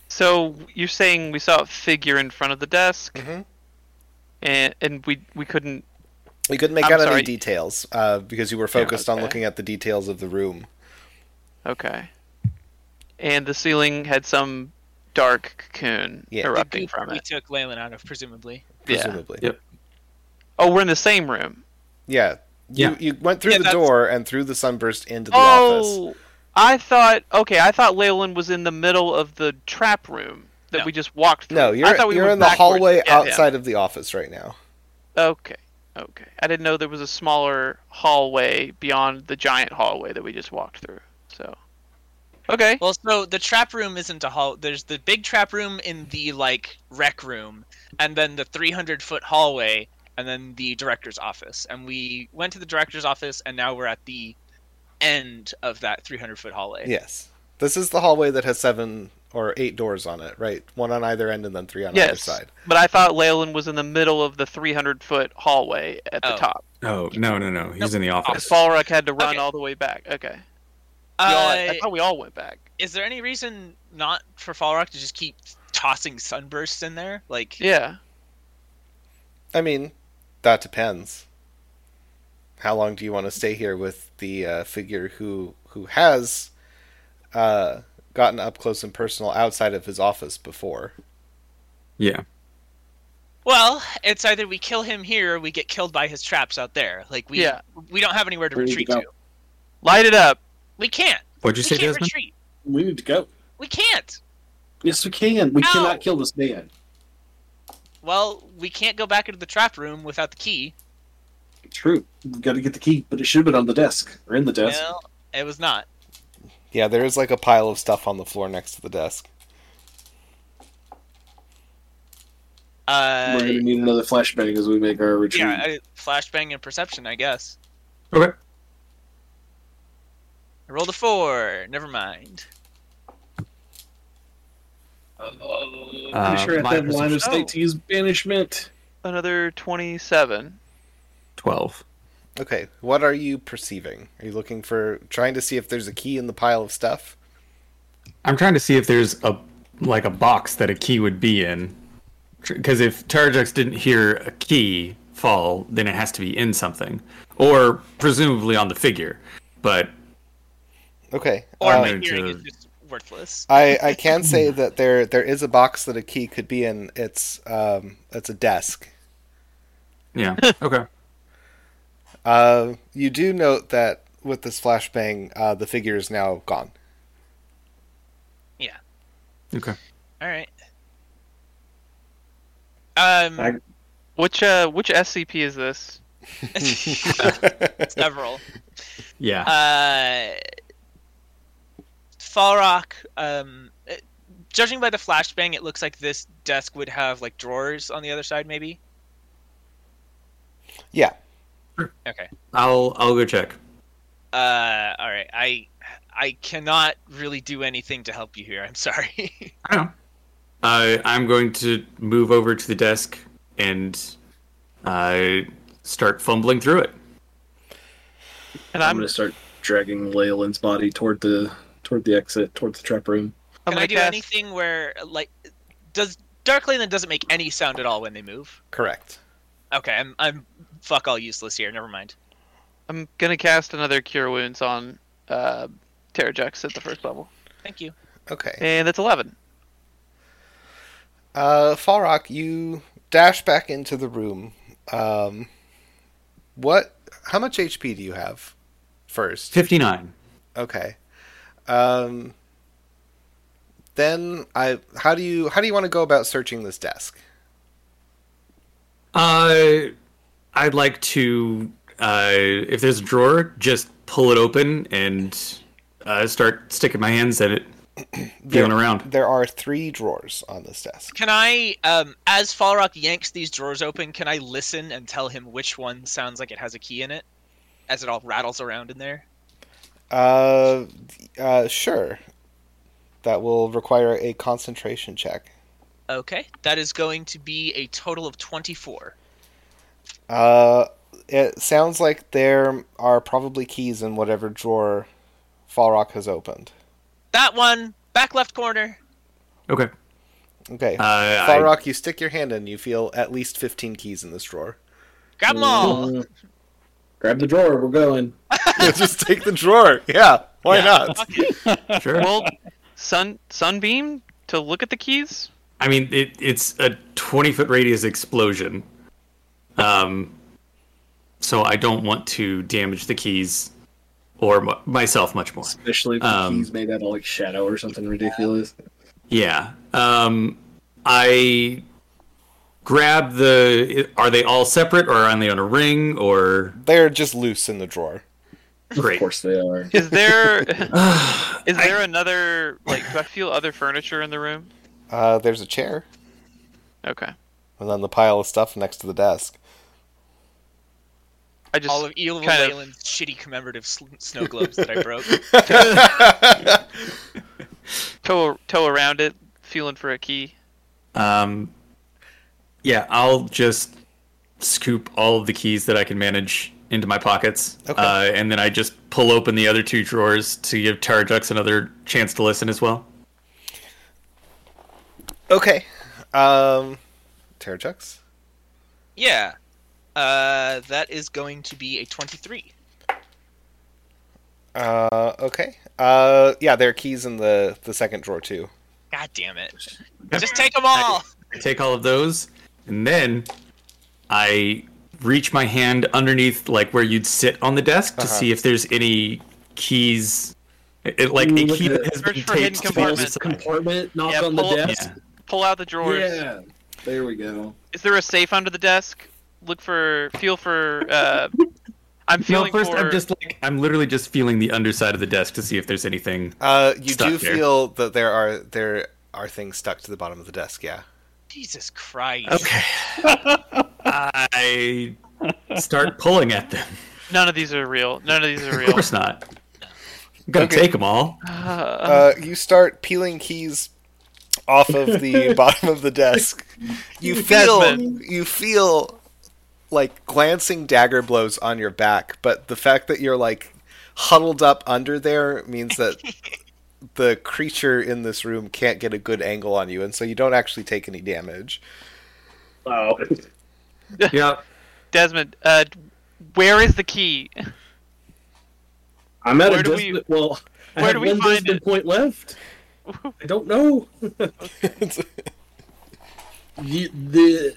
S2: So you're saying we saw a figure in front of the desk,
S1: Mhm.
S2: and and we we couldn't.
S1: We couldn't make
S2: I'm
S1: out any
S2: sorry.
S1: details uh, because you were focused on
S2: okay.
S1: looking at the details of the room.
S2: Okay. And the ceiling had some dark cocoon
S1: Yeah. The
S2: erupting
S6: goop
S2: from
S6: we
S2: it.
S6: took Leyland out of, presumably.
S2: Yeah.
S1: presumably.
S4: Yep.
S2: Oh, we're in the same room.
S1: Yeah. You,
S4: Yeah.
S1: you went through
S6: Yeah,
S1: the
S6: that's-
S1: door and through the sunburst into the office.
S2: Oh, I thought. Okay, I thought Leyland was in the middle of the trap room that
S6: No.
S2: we just walked through.
S1: No,
S2: I
S1: you're,
S2: thought we
S1: you're
S2: were
S1: in the
S2: backwards.
S1: hallway
S2: Yeah, yeah.
S1: outside of the office right now.
S2: Okay. Okay. I didn't know there was a smaller hallway beyond the giant hallway that we just walked through. So. Okay.
S6: Well, so the trap room isn't a hall. There's the big trap room in the like rec room, and then the 300 foot hallway, and then the director's office. And we went to the director's office, and now we're at the end of that 300 foot hallway.
S1: Yes. This is the hallway that has seven or eight doors on it, right? One on either end and then three on either
S2: yes.
S1: side.
S2: But I thought Leyland was in the middle of the 300 foot hallway at the
S6: Oh.
S2: top.
S4: Oh no no no! He's in the
S2: Because
S4: office.
S2: Balrog had to run
S6: Okay.
S2: all the way back. Okay. We all,
S6: Uh,
S2: I thought we all went back.
S6: is there any reason not for Fall Rock to just keep tossing sunbursts in there? Like,
S2: Yeah.
S1: I mean, that depends. How long do you want to stay here with the uh, figure who who has uh, gotten up close and personal outside of his office before?
S4: Yeah.
S6: well, it's either we kill him here or we get killed by his traps out there. Like, we
S2: Yeah.
S6: we don't have anywhere to
S3: We need to
S6: retreat
S3: go.
S6: to.
S2: Light it up.
S6: We can't.
S4: What'd you
S6: we
S4: say,
S6: can't
S4: Desmond?
S6: retreat.
S3: We need to go.
S6: We can't.
S3: Yes, we can. We
S6: Ow.
S3: cannot kill this man.
S6: Well, we can't go back into the trap room without the key.
S3: True. We've got to get the key, but it should have been on the desk or in the desk.
S6: Well, it was not.
S1: Yeah, there is like a pile of stuff on the floor next to the desk.
S6: Uh,
S3: We're going to need another flashbang as we make our retreat.
S6: yeah, I, flashbang and perception, I guess.
S4: Okay.
S6: I rolled a four. Never mind.
S3: I'm
S4: Uh,
S3: pretty sure I
S4: my
S3: have line of
S2: perception-
S3: state to use banishment.
S2: Another 27.
S4: Twelve.
S1: Okay, what are you perceiving? Are you looking for trying to see if there's a key in the pile of stuff?
S4: I'm trying to see if there's a like a box that a key would be in, because if Tarjux didn't hear a key fall, then it has to be in something, or presumably on the figure. But
S1: Okay.
S6: Or
S1: uh,
S6: my
S4: Into-
S6: hearing is just worthless.
S1: I, I can say that there there is a box that a key could be in. It's um it's a desk.
S4: yeah, okay.
S1: Uh, you do note that with this flashbang, uh, the figure is now gone.
S4: Okay.
S6: All right. Um,
S3: I-
S2: Which uh which SCP is this?
S6: several.
S4: Yeah.
S6: Uh, Fall Rock. Um, uh, judging by the flashbang, it looks like this desk would have like drawers on the other side, maybe.
S1: Yeah.
S6: Okay.
S4: I'll I'll go check.
S6: Uh, all right. I I cannot really do anything to help you here. I'm sorry.
S4: I don't. know. I I'm going to move over to the desk and uh, start fumbling through it.
S2: Can And
S3: I'm,
S2: I'm,
S3: gonna start dragging Leyland's body toward the toward the exit, toward the trap room.
S2: I'm
S6: Can
S2: gonna
S6: I do
S2: cast-
S6: anything where like does Darkland doesn't make any sound at all when they move?
S1: Correct.
S6: Okay, I'm I'm fuck all useless here. Never mind.
S2: I'm gonna cast another Cure Wounds on uh, Terrajex at the first level,
S6: Thank you.
S1: Okay.
S2: and that's eleven.
S1: Uh, Falrock, you dash back into the room. Um, what? How much HP do you have? First.
S4: 59.
S1: Okay. Um, then I. How do you? How do you want to go about searching this desk?
S4: Uh, I'd like to, uh, if there's a drawer, just pull it open and uh, start sticking my hands in it, feeling around.
S1: There are three drawers on this desk.
S6: Can I um as Falrock yanks these drawers open, can I listen and tell him which one sounds like it has a key in it? As it all rattles around in there.
S1: Uh, uh, sure. That will require a concentration check.
S6: Okay. That is going to be a total of twenty four.
S1: Uh, it sounds like there are probably keys in whatever drawer Falrock has opened.
S6: That one, back left corner.
S4: Okay.
S1: Okay.
S4: Uh, I,
S1: Falrock, you stick your hand in, you feel at least 15 keys in this drawer.
S6: Grab them all.
S3: Mm. Grab the drawer. We're going.
S1: Just take the drawer. Yeah, why not?
S4: sure.
S2: Well, sun sunbeam to look at the keys.
S4: I mean, it, it's a 20 foot radius explosion. Um, so I don't want to damage the keys or m- myself much more.
S3: Especially if
S4: Um,
S3: he's made out of like shadow or something ridiculous.
S4: Yeah. Um, I grab the. Are they all separate, or are they on a ring, or
S1: They're just loose in the drawer.
S4: great?
S3: Of course they are.
S2: Is there is there another like? Do I feel other furniture in the room?
S1: Uh, there's a chair,
S2: Okay,
S1: and then the pile of stuff next to the desk.
S2: I just
S6: All of Evil
S2: kind of-
S6: Leyland's shitty commemorative sl- snow globes that I broke.
S2: toe toe around it, feeling for a key.
S4: Um, yeah, I'll just scoop all of the keys that I can manage into my pockets,
S1: Okay.
S4: uh, and then I just pull open the other two drawers to give Tarjux another chance to listen as well.
S1: Okay. Um, Terrajux?
S6: Yeah. Uh, that is going to be a 23.
S1: Uh, okay. Uh, yeah, there are keys in the, the second drawer, too.
S6: God damn it. Just take them all!
S4: I take all of those, and then I reach my hand underneath, like where you'd sit on the desk, to see if there's any keys, it, like a
S3: Mm,
S4: key
S3: look
S4: that
S3: at-
S4: has
S2: Search
S4: been
S2: for hidden
S4: taped to the
S2: compartment.
S4: other side.
S3: Compartment, knock
S2: Yeah,
S3: on the
S2: pull-
S3: desk.
S2: Pull out the drawers.
S3: Yeah. There we go.
S2: Is there a safe under the desk? Look for feel for. Uh, I'm
S4: No,
S2: feeling
S4: first
S2: for.
S4: I'm just like I'm literally just feeling the underside of the desk to see if there's anything.
S1: Uh, you
S4: Stuck
S1: do
S4: here.
S1: feel that there are there are things stuck to the bottom of the desk, yeah.
S6: Jesus Christ.
S4: Okay. I start pulling at them.
S2: None of these are real. None of these are
S4: Of
S2: real.
S4: course not. I'm gonna
S1: Okay.
S4: take them all.
S2: Uh,
S1: Uh, you start peeling keys off of the bottom of the desk. You feel
S2: Desmond.
S1: you feel like glancing dagger blows on your back, but the fact that you're like huddled up under there means that the creature in this room can't get a good angle on you, and so you don't actually take any damage.
S3: Oh.
S4: Yeah.
S2: Desmond, uh, where is the key?
S3: I'm at
S2: Where
S3: a
S2: do
S3: distant,
S2: we-
S3: well, I
S2: where
S3: have
S2: do we
S3: one
S2: find
S3: distant
S2: it?
S3: point left. I don't know. You- the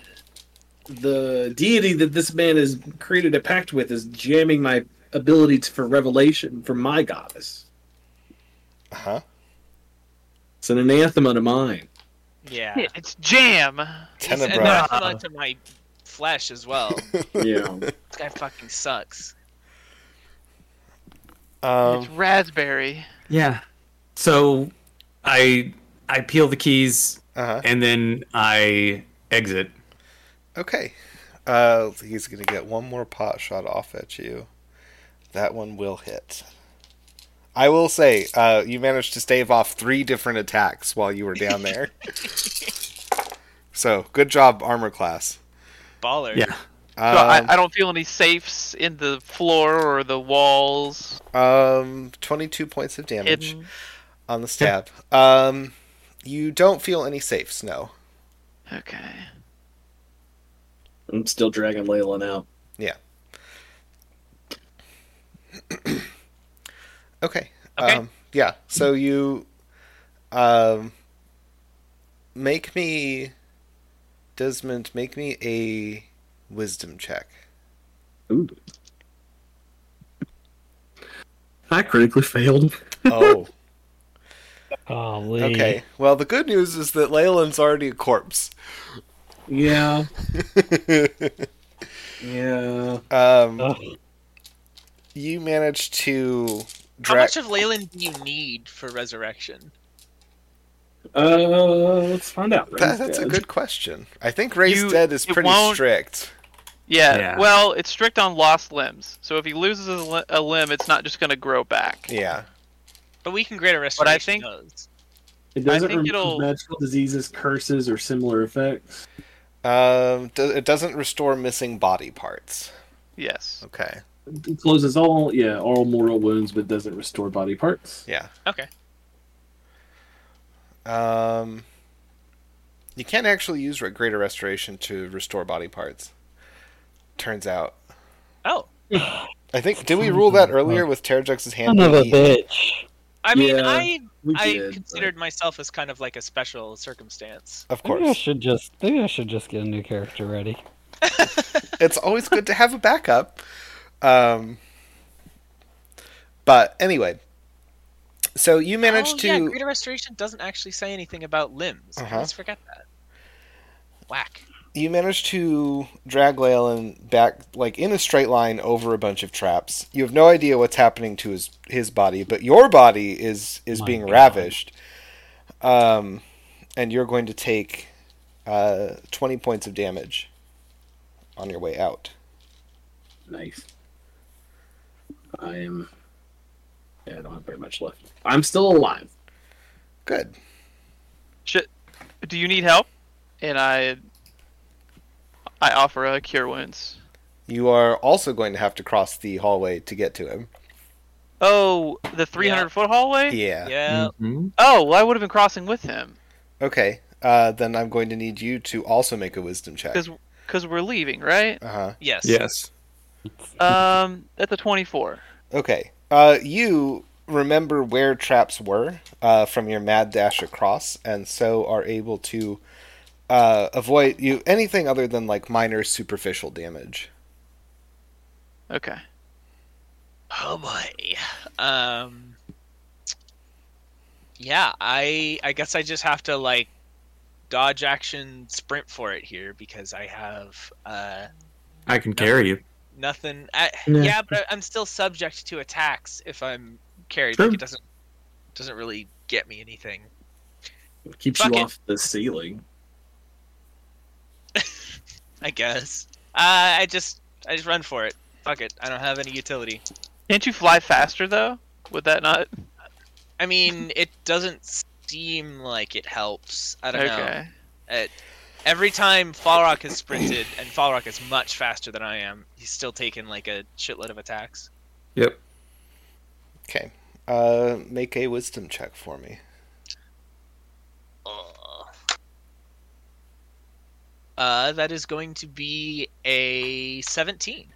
S3: the deity that this man has created a pact with is jamming my ability to, for revelation from my goddess.
S4: Uh-huh.
S1: huh?
S3: It's an anathema to mine.
S6: Yeah.
S2: It's jam.
S6: He's
S1: Tenebra.
S6: anathema to my flesh as well. this
S3: Yeah.
S6: guy fucking sucks.
S1: Um,
S2: It's raspberry.
S4: Yeah. So I I peel the keys
S1: uh-huh.
S4: and then I exit.
S1: Okay. Uh, he's gonna get one more pot shot off at you. That one will hit. I will say, uh, you managed to stave off three different attacks while you were down there. so good job, armor class.
S6: Baller.
S4: Yeah.
S2: So I,
S1: Um,
S2: I don't feel any safes in the floor or the walls.
S1: Um, 22 points of damage
S2: Hidden.
S1: on the stab. Um, you don't feel any safe snow.
S2: Okay.
S3: I'm still dragging Layla out.
S1: Okay.
S6: Okay.
S1: Um, yeah. So you, um, make me, Desmond, make me a wisdom check.
S3: Ooh. I critically failed.
S1: Oh.
S5: Golly.
S1: okay. Well, the good news is that Leyland's already a corpse.
S3: Yeah. Yeah.
S1: um,
S5: Ugh.
S1: you managed to.
S6: How
S1: drag.
S6: much of Leyland do you need for resurrection?
S3: Uh, let's find out. Uh,
S1: That, that's a good question. I think raised
S2: You-
S1: dead is
S2: it
S1: pretty
S2: won't-
S1: strict.
S2: Yeah,
S4: Yeah.
S2: Well, it's strict on lost limbs. So if he loses a, li- a limb, it's not just going to grow back.
S1: Yeah.
S6: But we can grant a restoration.
S2: think-
S6: those.
S3: It
S2: I
S3: doesn't
S2: think
S3: remove
S2: it'll-
S3: magical diseases, curses, or similar effects.
S1: Um, do, it doesn't restore missing body parts.
S2: Yes.
S1: Okay.
S3: It closes all, yeah, all mortal wounds, but doesn't restore body parts.
S1: Yeah.
S6: Okay.
S1: Um, you can't actually use re- greater restoration to restore body parts. Turns out.
S6: Oh,
S1: I think did we rule that earlier with Terrajex's hand?
S5: Son of a
S1: being eaten?
S5: bitch.
S6: I mean,
S3: Yeah,
S6: I
S3: We
S6: I
S3: did,
S6: considered myself as kind of like a special circumstance.
S1: Of
S5: Maybe I
S1: course.
S5: should just maybe I should just get a new character ready.
S1: it's always good to have a backup. Um, but anyway, so you managed
S6: oh,
S1: to
S6: yeah, greater restoration doesn't actually say anything about limbs.
S1: Uh-huh.
S6: I always forget that. Whack.
S1: you managed to drag Leyland back, like in a straight line, over a bunch of traps. You have no idea what's happening to his his body, but your body is is
S5: My
S1: being
S5: God.
S1: ravished. Um, and you're going to take uh, twenty points of damage on your way out.
S3: right. Nice. I am. Yeah, I don't have very much left. I'm still alive.
S1: Good.
S2: Should, do you need help? And I, I offer a cure wounds.
S1: You are also going to have to cross the hallway to get to him.
S2: Oh, the 300 foot hallway.
S1: Yeah.
S6: Yeah.
S2: Oh, well, I would have been crossing with him
S1: Okay. Uh, then I'm going to need you to also make a wisdom check. Uh-huh. Uh
S2: because because we're leaving, right?
S1: huh.
S6: Yes.
S4: Yes.
S2: Um, that's a 24.
S1: Okay. Uh, you remember where traps were uh, from your mad dash across, and so are able to uh, avoid you anything other than like minor superficial damage.
S2: Okay.
S6: Oh boy. Um. Yeah, I I guess I just have to like dodge action sprint for it here because I have uh
S4: I can carry you.
S6: nothing. I,
S3: Yeah.
S6: yeah, but I'm still subject to attacks if I'm carried.
S4: Sure.
S6: Like it doesn't doesn't really get me anything.
S3: It keeps
S6: Fuck
S3: you
S6: it.
S3: off the ceiling.
S6: I guess. Uh, I just I just run for it. Fuck it. I don't have any utility.
S2: Can't you fly faster though? Would that not?
S6: I mean, it doesn't seem like it helps. I don't know.
S2: Okay.
S6: It, every time Falrock has sprinted, and Falrock is much faster than I am, he's still taking like a shitload of attacks.
S4: Yep.
S1: Okay. Uh, make a wisdom check for me.
S6: Ugh. Uh, that is going to be a 17.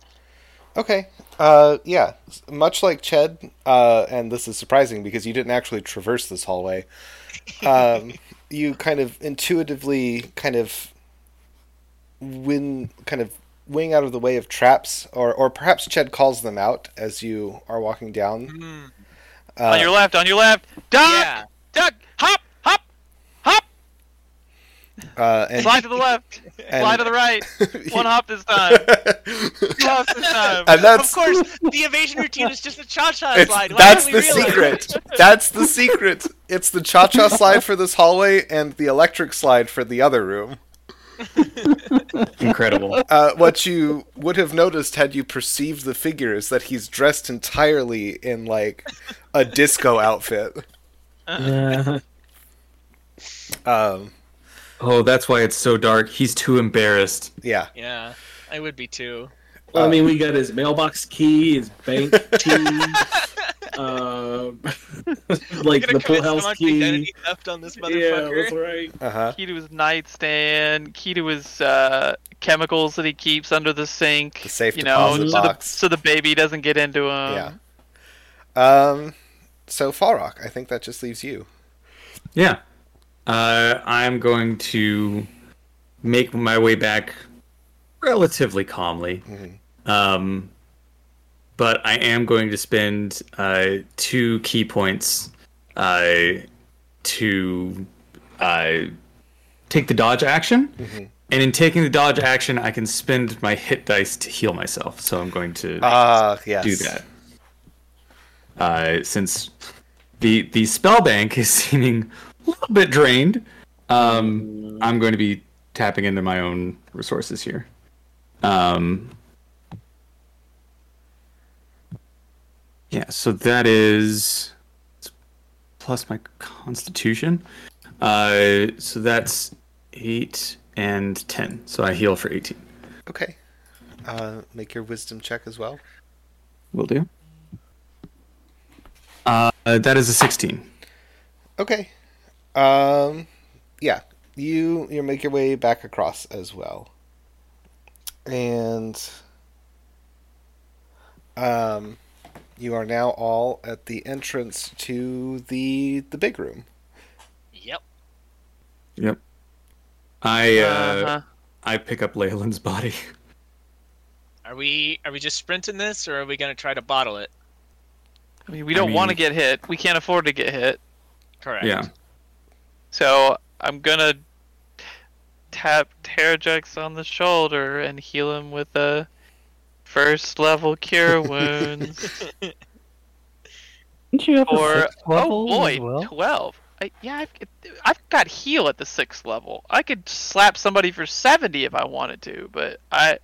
S1: Okay. Uh, yeah. S- Much like Ched, uh, and this is surprising because you didn't actually traverse this hallway. Um, you kind of intuitively kind of win, kind of wing out of the way of traps, or or perhaps Ched calls them out as you are walking down.
S6: Mm,
S2: on
S1: Uh,
S2: your left. On your left. Duck.
S1: Ah,
S6: yeah.
S2: Duck. Hop. Hop. Hop.
S1: uh, and
S2: Fly to the left. Fly to the right. One hop this time.
S1: and
S2: One hop this time.
S6: of
S1: that's
S6: course, the evasion routine is just a cha-cha
S1: it's,
S6: slide. Why
S1: that's
S6: didn't
S1: the
S6: we realize?
S1: secret. That's the secret. It's the cha-cha slide for this hallway and the electric slide for the other room.
S4: Incredible.
S1: Uh, what you would have noticed had you perceived the figure is that he's dressed entirely in like a disco outfit.
S3: Yeah.
S1: Um,
S4: oh, that's why it's so dark. He's too embarrassed.
S1: yeah.
S6: Yeah. I would be too.
S3: Well, I mean, we got his mailbox key, his bank key, uh,
S6: We're
S3: like
S6: gonna
S3: the pool
S6: commit so
S3: house
S6: much
S3: key.
S6: identity theft on this
S3: Yeah,
S6: motherfucker.
S3: that's right.
S1: Uh huh.
S2: Key to his nightstand. Key to his uh, chemicals that he keeps under the sink.
S1: The safe
S2: you know,
S1: deposit
S2: so the,
S1: box.
S2: so the baby doesn't get into him.
S1: Yeah. Um. So Falrock, I think that just leaves you.
S4: Yeah. Uh, I'm going to make my way back relatively calmly. Um, but I am going to spend uh, two key points uh, to uh, take the dodge action. And in taking the dodge action, I can spend my hit dice to heal myself. So I'm going to
S1: Ah, yes.
S4: do that. Uh, since the the spell bank is seeming a little bit drained, um, I'm going to be tapping into my own resources here. Um, yeah, so that is it's plus my constitution. Uh, so that's eight and ten. So I heal for eighteen.
S1: Okay. Uh, make your wisdom check as well.
S4: Will do. Uh, that is a 16.
S1: Okay. Um, yeah, you you make your way back across as well, and um, you are now all at the entrance to the the big room.
S6: Yep.
S4: Yep. I uh,
S2: Uh-huh.
S4: I pick up Leyland's body.
S6: Are we are we just sprinting this, or are we gonna try to bottle it?
S2: I mean, we don't
S4: mean-
S2: want to get hit. We can't afford to get hit.
S6: Correct.
S4: Yeah.
S2: So I'm gonna tap Terrajex on the shoulder and heal him with a first level cure wounds.
S5: Didn't you have a
S2: or
S5: sixth level
S2: oh boy,
S5: as well?
S2: twelve. I, yeah, I've, I've got heal at the sixth level. I could slap somebody for seventy if I wanted to, but I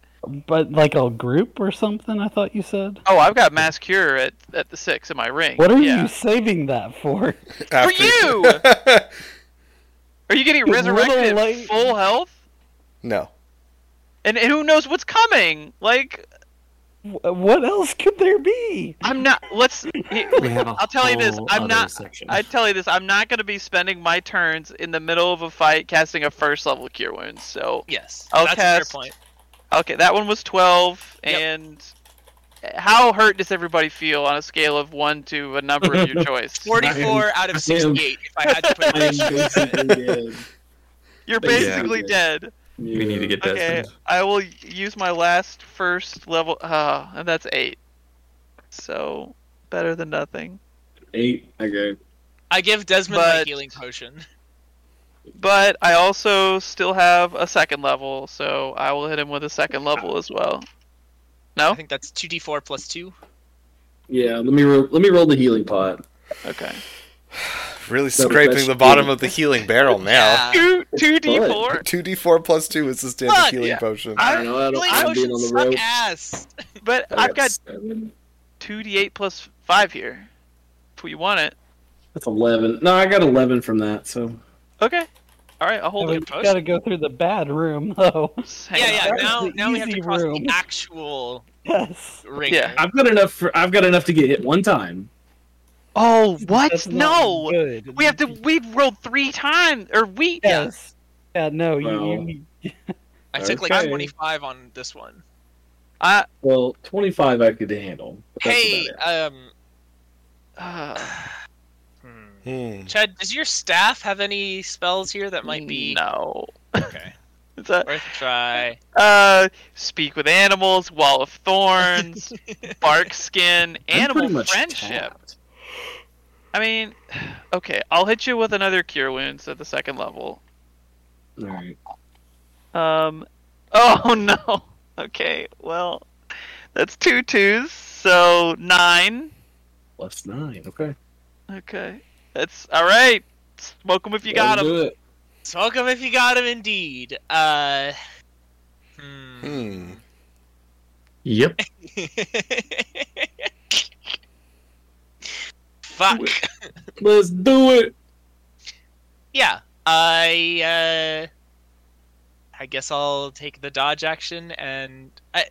S5: But like a group or something? I thought you said.
S2: oh I've got mass cure at, at the six in my ring.
S5: What are
S2: Yeah.
S5: you saving that for?
S1: After-
S2: you! Are you getting
S5: It's a little
S2: resurrected
S5: late.
S2: full health?
S1: no.
S2: And, and who knows what's coming? Like
S5: Wh- What else could there be?
S2: I'm not. Let's. I'll tell you this. I'm not. I tell you this. I'm not going to be spending my turns in the middle of a fight casting a first level cure wound. So
S6: Yes.
S2: I'll
S6: that's
S2: cast-
S6: a fair point.
S2: okay, that one was 12.
S6: Yep.
S2: And how hurt does everybody feel on a scale of one to a number of your choice?
S6: Forty-four out of sixty-eight. If I had to put
S3: I
S6: it.
S3: am basically dead.
S2: You're
S3: Yeah.
S2: basically dead.
S4: We need to get
S2: Okay,
S4: Desmond.
S2: I will use my last first level, uh, and that's eight. So better than nothing.
S3: eight. Okay.
S6: I give Desmond my
S2: But-
S6: healing potion.
S2: But I also still have a second level, so I will hit him with a second level as well.
S6: I
S2: No?
S6: think that's two D four plus two.
S3: Yeah. Let me ro- let me roll the healing pot.
S2: Okay.
S1: Really
S3: So
S1: scraping
S3: that's
S1: the bottom of the healing barrel now.
S6: Yeah.
S2: Two two D four.
S1: Two D four plus two is the standard
S6: Fuck,
S1: healing
S2: yeah.
S1: potion.
S3: I don't know. I don't,
S6: Healing
S3: I'm being
S6: potion
S3: on the
S6: suck
S3: road.
S6: ass.
S2: But I've got
S3: seven.
S2: two D eight plus five here. If we want it.
S3: That's eleven. No, I got eleven from that. So
S2: Okay. Alright, I'll hold
S5: we
S2: it.
S5: got to go through the bad room, though.
S2: Hang on.
S6: Yeah, yeah.
S5: That was
S6: Now,
S5: the
S6: now we have to
S5: easy
S6: cross
S5: room.
S6: the actual
S5: Yes.
S6: ring.
S2: Yeah.
S3: I've got enough for I've got enough to get hit one time.
S2: Oh what?
S5: That's not
S2: No!
S5: good.
S2: We have to we've rolled three times or we yeah.
S5: Yes. Yeah. No. you-
S3: Well.
S5: you,
S6: I took like
S3: Okay.
S6: twenty-five on this one.
S2: I
S3: Well, twenty five I could handle. but that's
S6: Hey,
S3: about it.
S6: um,
S2: uh,
S6: hmm.
S1: Hmm.
S6: Chad, does your staff have any spells here that might be
S2: no.
S6: okay?
S2: It's a,
S6: Worth a try.
S2: uh speak with animals, wall of thorns, bark skin,
S3: I'm
S2: animal
S3: pretty much
S2: friendship.
S3: tapped.
S2: I mean, okay, I'll hit you with another cure wounds at the second level.
S3: All right.
S2: Um, oh no. Okay, well, that's two twos, so nine.
S3: Plus nine. Okay.
S2: Okay, that's all right. Smoke 'em if you got 'em.
S3: That'll do it.
S6: Smoke him if you got him, indeed. Uh, hmm.
S1: Hmm.
S4: Yep.
S6: Fuck.
S3: Let's do it.
S6: Yeah, I uh, I I guess I'll take the dodge action and I.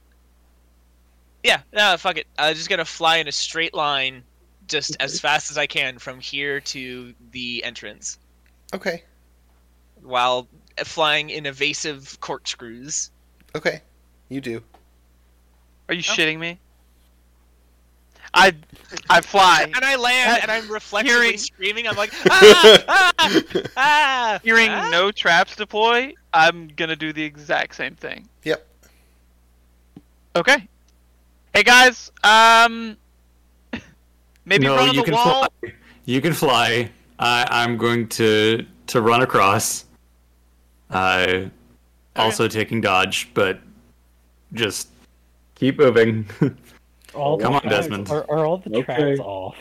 S6: Yeah, no, fuck it. I'm just gonna fly in a straight line, just as fast as I can from here to the entrance,
S1: Okay.
S6: while flying in evasive corkscrews.
S1: Okay. You do.
S2: Are you shitting me? I I fly.
S6: and I land, and I'm reflexively
S2: Hearing-
S6: screaming. I'm like, ah, ah, ah,
S2: Hearing
S6: ah.
S2: no traps deploy, I'm gonna do the exact same thing.
S1: Yep.
S2: Okay. Hey guys, um, maybe
S4: no,
S2: run on
S4: you
S2: the
S4: can
S2: wall.
S4: fly. You can fly. I, I'm going to to run across. Uh, also taking dodge, but just keep moving.
S5: All the
S4: Come on,
S5: tracks-
S4: Desmond.
S5: Are, are all the
S3: Okay.
S5: tracks off?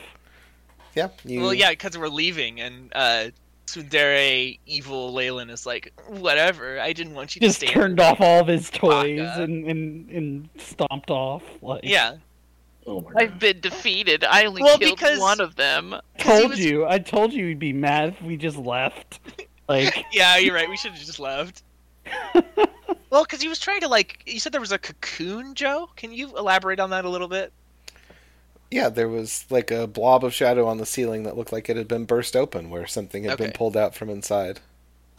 S1: Yeah. You,
S6: Well, yeah, because we're leaving, and uh, Sundere, evil Leyland is like, whatever. I didn't want you to
S5: Just
S6: stay.
S5: turned off all of his toys
S6: Waka.
S5: and, and, and stomped off. Like,
S6: Yeah,
S3: Oh my
S2: I've been defeated. I only
S6: Well,
S2: killed
S6: because-
S2: one of them.
S6: he
S5: told
S6: was-
S5: you. I told you you'd be mad if we just left. Like,
S6: yeah, you're right. We should have just left. well, because he was trying to like, you said there was a cocoon, Joe. Can you elaborate on that a little bit?
S1: Yeah, there was like a blob of shadow on the ceiling that looked like it had been burst open where something had been
S6: Okay.
S1: pulled out from inside.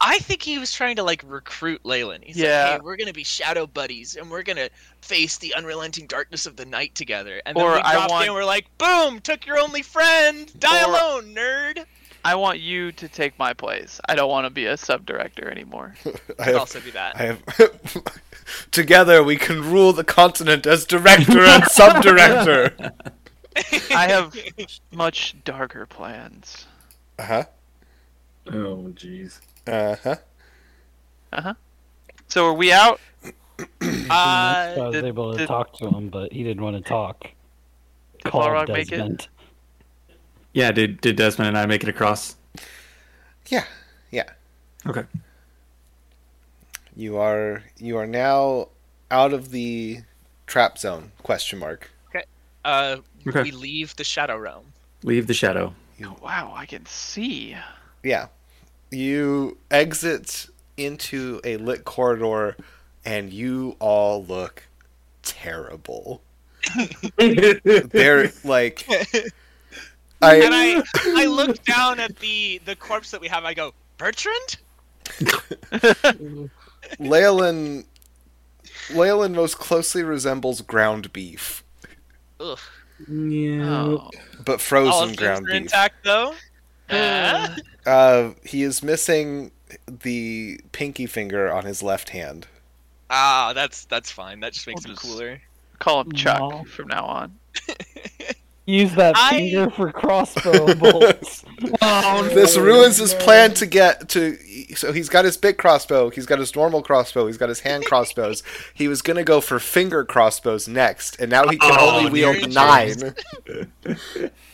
S6: I think he was trying to like recruit Leyland. He's like,
S2: Yeah.
S6: hey, we're gonna be shadow buddies, and we're gonna face the unrelenting darkness of the night together. And
S2: Or
S6: then we
S2: I
S6: dropped
S2: want-
S6: in, we're like, boom, took your only friend, die
S2: Or-
S6: alone, nerd.
S2: I want you to take my place. I don't want to be a sub director anymore.
S1: I
S6: Could
S1: have,
S6: also be that.
S1: I have Together we can rule the continent as director and sub-director.
S2: I have much darker plans.
S1: Uh-huh.
S3: Oh jeez.
S1: Uh-huh.
S2: So are we out?
S6: Uh,
S5: I was
S2: did-
S5: able to
S2: did-
S5: talk to him, but he didn't want to talk.
S2: Balrog
S5: Called
S2: make it?
S5: Desmond.
S4: yeah, did did Desmond and I make it across?
S1: Yeah. Yeah.
S4: Okay.
S1: You are you are now out of the trap zone question mark.
S6: uh,
S4: Okay.
S6: we leave the shadow realm.
S4: Leave the shadow.
S2: Wow, I can see.
S1: Yeah. You exit into a lit corridor and you all look terrible. They're like
S6: And
S1: I
S6: I, I look down at the the corpse that we have. I go, Bertrand.
S1: Leyland Leyland most closely resembles ground beef,
S6: Ugh.
S4: Yeah.
S2: Oh.
S1: but
S6: All
S1: frozen
S6: of things
S1: ground
S6: are
S1: beef.
S6: intact though. Uh,
S1: Uh, he is missing the pinky finger on his left hand.
S6: ah, that's that's fine. That just makes
S2: We'll
S6: him
S2: just-
S6: cooler.
S2: Call him Chuck
S5: No.
S2: from now on.
S5: Use that
S6: I-
S5: finger for crossbow bolts.
S1: This ruins his plan to get to. So he's got his big crossbow, he's got his normal crossbow, he's got his hand crossbows. he was gonna go for finger crossbows next, and now he can
S4: Oh,
S1: only
S4: dear
S1: wield
S6: Jesus.
S1: nine.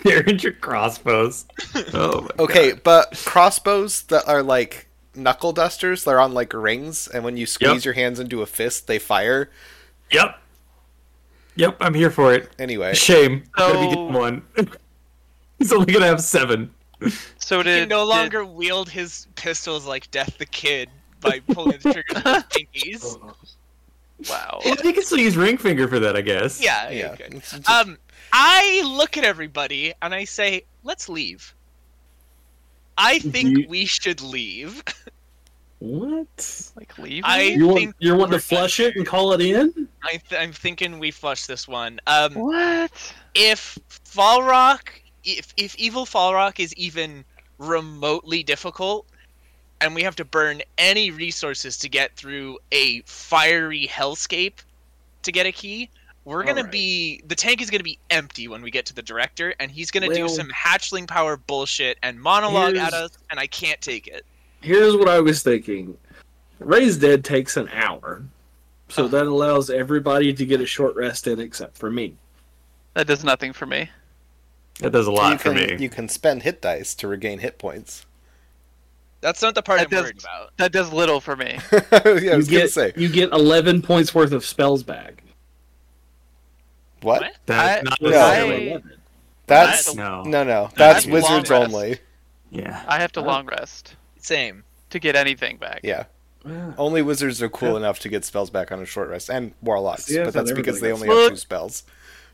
S4: They're in your crossbows. Oh my
S1: Okay, but crossbows that are like knuckle dusters, they're on like rings, and when you squeeze
S4: Yep.
S1: your hands into a fist, they fire.
S4: Yep. Yep, I'm here for it.
S1: Anyway,
S4: Shame. I'm gonna be
S2: So-
S4: getting one. He's only gonna have seven.
S2: So
S6: He
S2: did
S6: can no
S2: did-
S6: longer wield his pistols like Death the Kid by pulling the triggers with his pinkies.
S2: wow.
S4: Well, he can still use ring finger for that, I guess.
S6: Yeah,
S1: yeah,
S6: yeah. Good.
S1: It's- it's-
S6: Um, I look at everybody and I say, "Let's leave." I think
S3: You-
S6: we should leave.
S3: What?
S2: Like leave.
S6: I
S2: me?
S3: You
S6: think
S3: want you want
S6: we're
S3: to flush it and call it in?
S6: I th- I'm thinking we flush this one. Um,
S2: What?
S6: if Falrock, if if evil Falrock is even remotely difficult, and we have to burn any resources to get through a fiery hellscape to get a key, we're gonna
S3: Alright.
S6: be the tank is gonna be empty when we get to the director, and he's gonna do
S3: Well-
S6: some hatchling power bullshit and monologue at
S3: Here's-
S6: us, and I can't take it.
S3: Here's what I was thinking. Raise Dead takes an hour. So that allows everybody to get a short rest in except for me.
S2: That does nothing for me.
S4: That does a
S1: you
S4: lot for
S1: can,
S4: me.
S1: You can spend hit dice to regain hit points.
S6: That's not the part
S2: That
S6: I'm
S2: does-
S6: worried about.
S2: That does little for me.
S1: yeah, I was
S3: you
S1: gonna
S3: get
S1: say
S3: you get 11 points worth of spells back.
S1: what?
S6: What?
S4: That's
S2: I-
S4: not
S2: I-
S4: necessarily.
S1: That's
S6: That's-
S4: no.
S1: no, no. That's
S6: that's
S1: wizards
S2: long rest.
S1: only.
S4: Yeah.
S2: I have to long rest
S6: Same.
S2: to get anything back.
S1: Yeah. Only wizards are cool enough to get spells back on a short rest, and warlocks.
S3: Yeah,
S1: but
S3: that's
S1: that's because
S3: everybody
S1: they
S3: gets
S1: only
S2: that.
S1: have
S2: Look.
S1: two spells.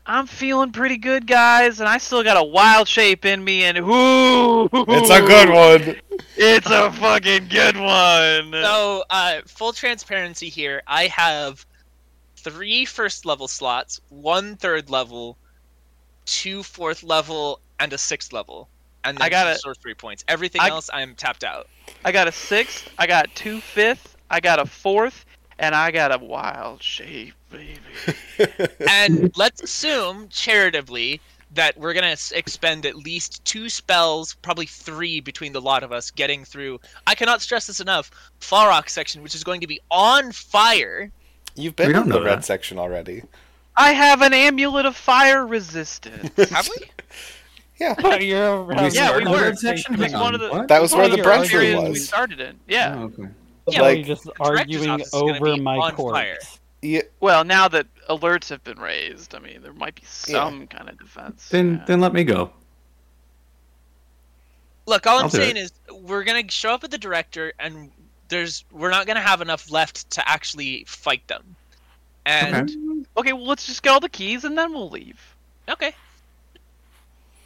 S2: I'm feeling pretty good, guys, and I still got a wild shape in me, and whoo!
S1: It's a good one.
S2: It's a fucking good one.
S6: So, uh, full transparency here. I have three first level slots, one third level, two fourth level, and a sixth level. And then
S2: I got
S6: two
S2: it.
S6: sorcery points. Everything
S2: I-
S6: else, I'm tapped out.
S2: I got a sixth, I got two fifth, I got a fourth, and I got a wild shape, baby.
S6: And let's assume, charitably, that we're gonna s- expend at least two spells, probably three between the lot of us, getting through. I cannot stress this enough. Farok section, which is going to be on fire.
S1: You've been
S4: We don't
S1: in the
S4: know
S1: red
S4: that.
S1: section already.
S2: I have an amulet of fire resistance.
S6: Have we?
S2: yeah, we
S4: started
S2: were.
S4: with section?
S2: It's
S4: Hang
S2: one
S4: on.
S2: of the
S4: What?
S1: That was
S2: one
S1: where
S2: of
S1: the
S2: your
S1: brunch room
S2: areas We
S1: was.
S2: started in. Yeah.
S4: Oh, okay.
S6: Yeah,
S5: Why are
S1: like-
S5: you just
S6: director's
S5: arguing
S6: office is gonna
S5: over
S6: be
S5: my
S6: on
S5: corpse.
S6: fire.
S1: Yeah,
S2: Well, now that alerts have been raised, I mean, there might be some kind of defense.
S4: Then
S2: yeah.
S4: then let me go.
S6: Look, all I'm
S4: I'll do
S6: saying
S4: it.
S6: is we're gonna show up at the director, and there's we're not gonna have enough left to actually fight them. And
S2: okay, well, let's just get all the keys and then we'll leave.
S6: okay,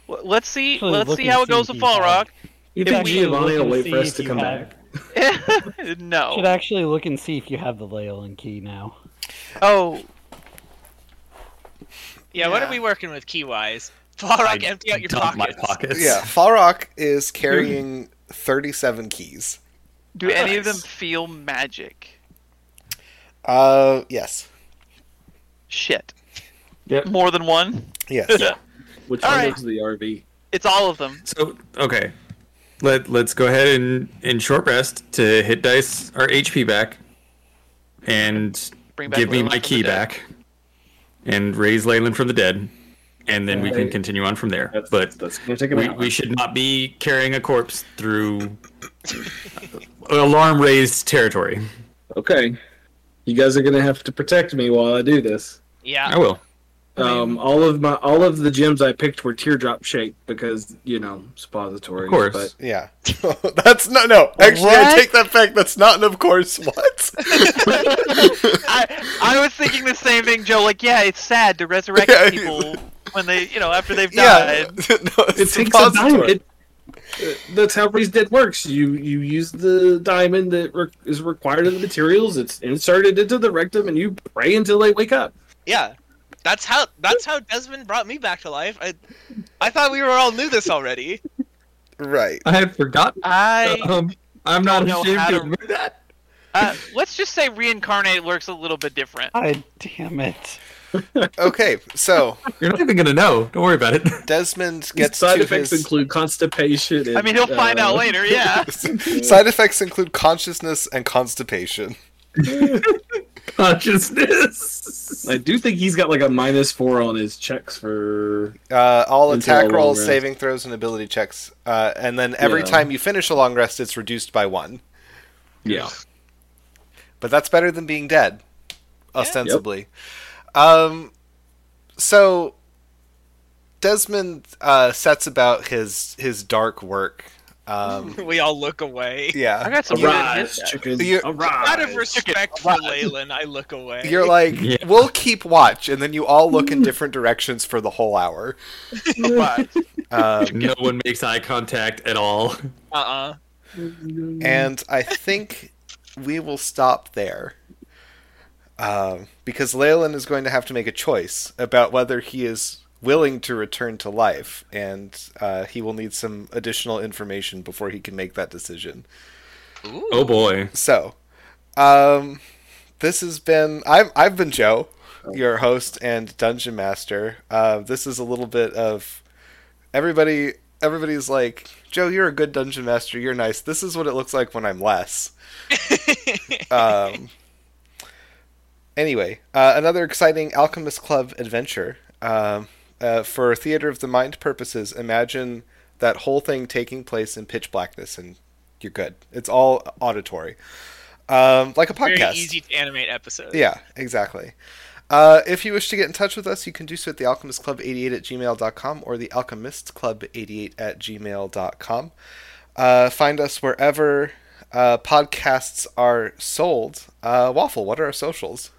S2: L- Let's see.
S5: Actually,
S2: let's
S5: look
S2: see
S5: and
S2: how it
S5: see
S2: goes
S5: if
S2: with
S5: you
S2: Fall Rock.
S5: have-
S4: You
S5: Should
S4: think
S5: actually
S4: Giovanni
S5: look
S4: will
S5: and
S4: wait
S5: see
S4: for us
S5: if
S4: to
S5: you
S4: come
S5: have-
S4: back?
S5: Should
S2: no.
S5: actually look and see if you have the Leyland key now.
S2: Oh,
S6: yeah, what
S1: Yeah.
S6: are we working with key wise? Balrog, empty out your
S4: Dump
S6: pockets.
S4: my pockets.
S1: yeah. Falrock is carrying thirty-seven keys.
S2: do any of them
S6: Nice.
S2: feel magic?
S1: Uh, yes,
S2: Shit.
S4: Yep.
S2: More than one?
S1: yes.
S3: Which
S2: All
S3: one
S2: right.
S3: is the RV?
S2: It's all of them.
S4: So okay, let let's go ahead and in short rest to hit dice our HP back, and
S2: Bring back
S4: give me
S2: Leyland
S4: my
S2: from the
S4: key
S2: dead.
S4: back, and raise Leyland from the dead, and then we can
S3: Right.
S4: continue on from there.
S3: That's,
S4: but
S3: that's gonna take a
S4: we,
S3: minute.
S4: we should not be carrying a corpse through alarm raised territory.
S3: Okay, you guys are gonna have to protect me while I do this.
S6: Yeah,
S4: I will.
S3: Um, all of my all of the gems I picked were teardrop shaped because you know suppository.
S4: Of course.
S3: but
S1: Yeah. That's no no. Actually, I
S2: What?
S1: take that back. That's not an of course. What?
S2: I, I was thinking the same thing, Joe. Like, yeah, it's sad to resurrect
S1: Yeah.
S2: people when they, you know, after they've
S1: yeah.
S2: died.
S1: no, it's
S4: It takes a
S1: suppository.
S4: diamond.
S3: it, uh, that's how Breeze Dead works. You you use the diamond that re- is required of the materials. It's inserted into the rectum, and you pray until they wake up.
S6: yeah. That's how that's how Desmond brought me back to life. I I thought we were all knew this already.
S1: Right.
S4: I had forgotten.
S2: I,
S4: Um, I'm not
S2: don't know
S4: ashamed
S2: how
S4: to
S2: to-
S4: admit that.
S2: uh, let's just say reincarnate works a little bit different.
S5: God damn it.
S1: Okay. So
S4: You're not even gonna know. Don't worry about it.
S1: Desmond gets
S3: side
S1: to
S3: effects
S1: his
S3: include constipation. And,
S2: I mean, he'll find
S3: uh,
S2: out later. Yeah.
S1: side effects include consciousness and constipation.
S4: Consciousness.
S3: I do think he's got like a minus four on his checks for.
S1: Uh, all
S3: Until a
S1: attack
S3: long
S1: rolls,
S3: rest.
S1: saving throws, and ability checks. Uh, and then every
S3: Yeah.
S1: time you finish a long rest, it's reduced by one.
S3: Yeah.
S1: But that's better than being dead, ostensibly. Um, so Desmond uh, sets about his his dark work. Um,
S6: we all look away.
S1: yeah,
S2: I got some good
S3: Arise,
S2: hits.
S3: chicken.
S1: You-
S3: Arise.
S6: Out of respect for Leyland, I look away.
S1: You're like,
S4: Yeah.
S1: we'll keep watch, and then you all look in different directions for the whole hour. Um,
S4: no one makes eye contact at all.
S6: uh-uh.
S1: and I think we will stop there. Um, because Leyland is going to have to make a choice about whether he is willing to return to life, and uh, he will need some additional information before he can make that decision.
S6: Ooh.
S4: Oh boy.
S1: So, um, this has been I've I've been Joe,
S6: Oh.
S1: your host and dungeon master. Uh, this is a little bit of everybody. Everybody's like, Joe, you're a good dungeon master. You're nice. This is what it looks like when I'm less. um, anyway, uh, another exciting Alchemist Club adventure. Um, uh, for theater of the mind purposes, imagine that whole thing taking place in pitch blackness, and you're good. It's all auditory, um, like a podcast.
S6: Very easy to animate episode.
S1: Yeah, exactly. Uh, if you wish to get in touch with us, you can do so at thealchemistclub88 at gmail.com or thealchemistclub88 at gmail.com. Uh, find us wherever uh, podcasts are sold. Uh, Waffle, what are our socials?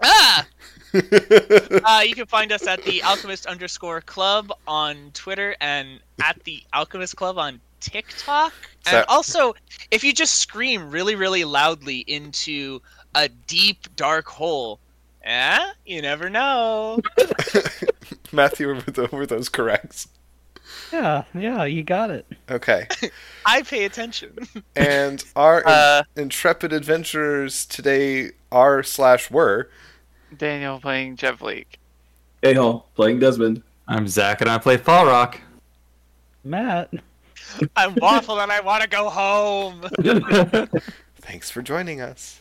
S6: Ah! uh, you can find us at the Alchemist underscore Club on Twitter and at the Alchemist Club on TikTok.
S1: So-
S6: and also, if you just scream really, really loudly into a deep dark hole, eh? You never know.
S1: Matthew, were, th- were those correct?
S5: Yeah, yeah, you got it.
S1: Okay.
S6: I pay attention.
S1: And our in-
S2: Uh,
S1: intrepid adventurers today are slash were.
S2: Daniel playing Jevleek.
S3: Hey, Hall, playing Desmond.
S4: I'm Zach and I play Fall Rock.
S5: Matt,
S6: I'm waffle and I want to go home.
S4: Thanks
S1: Thanks for joining us.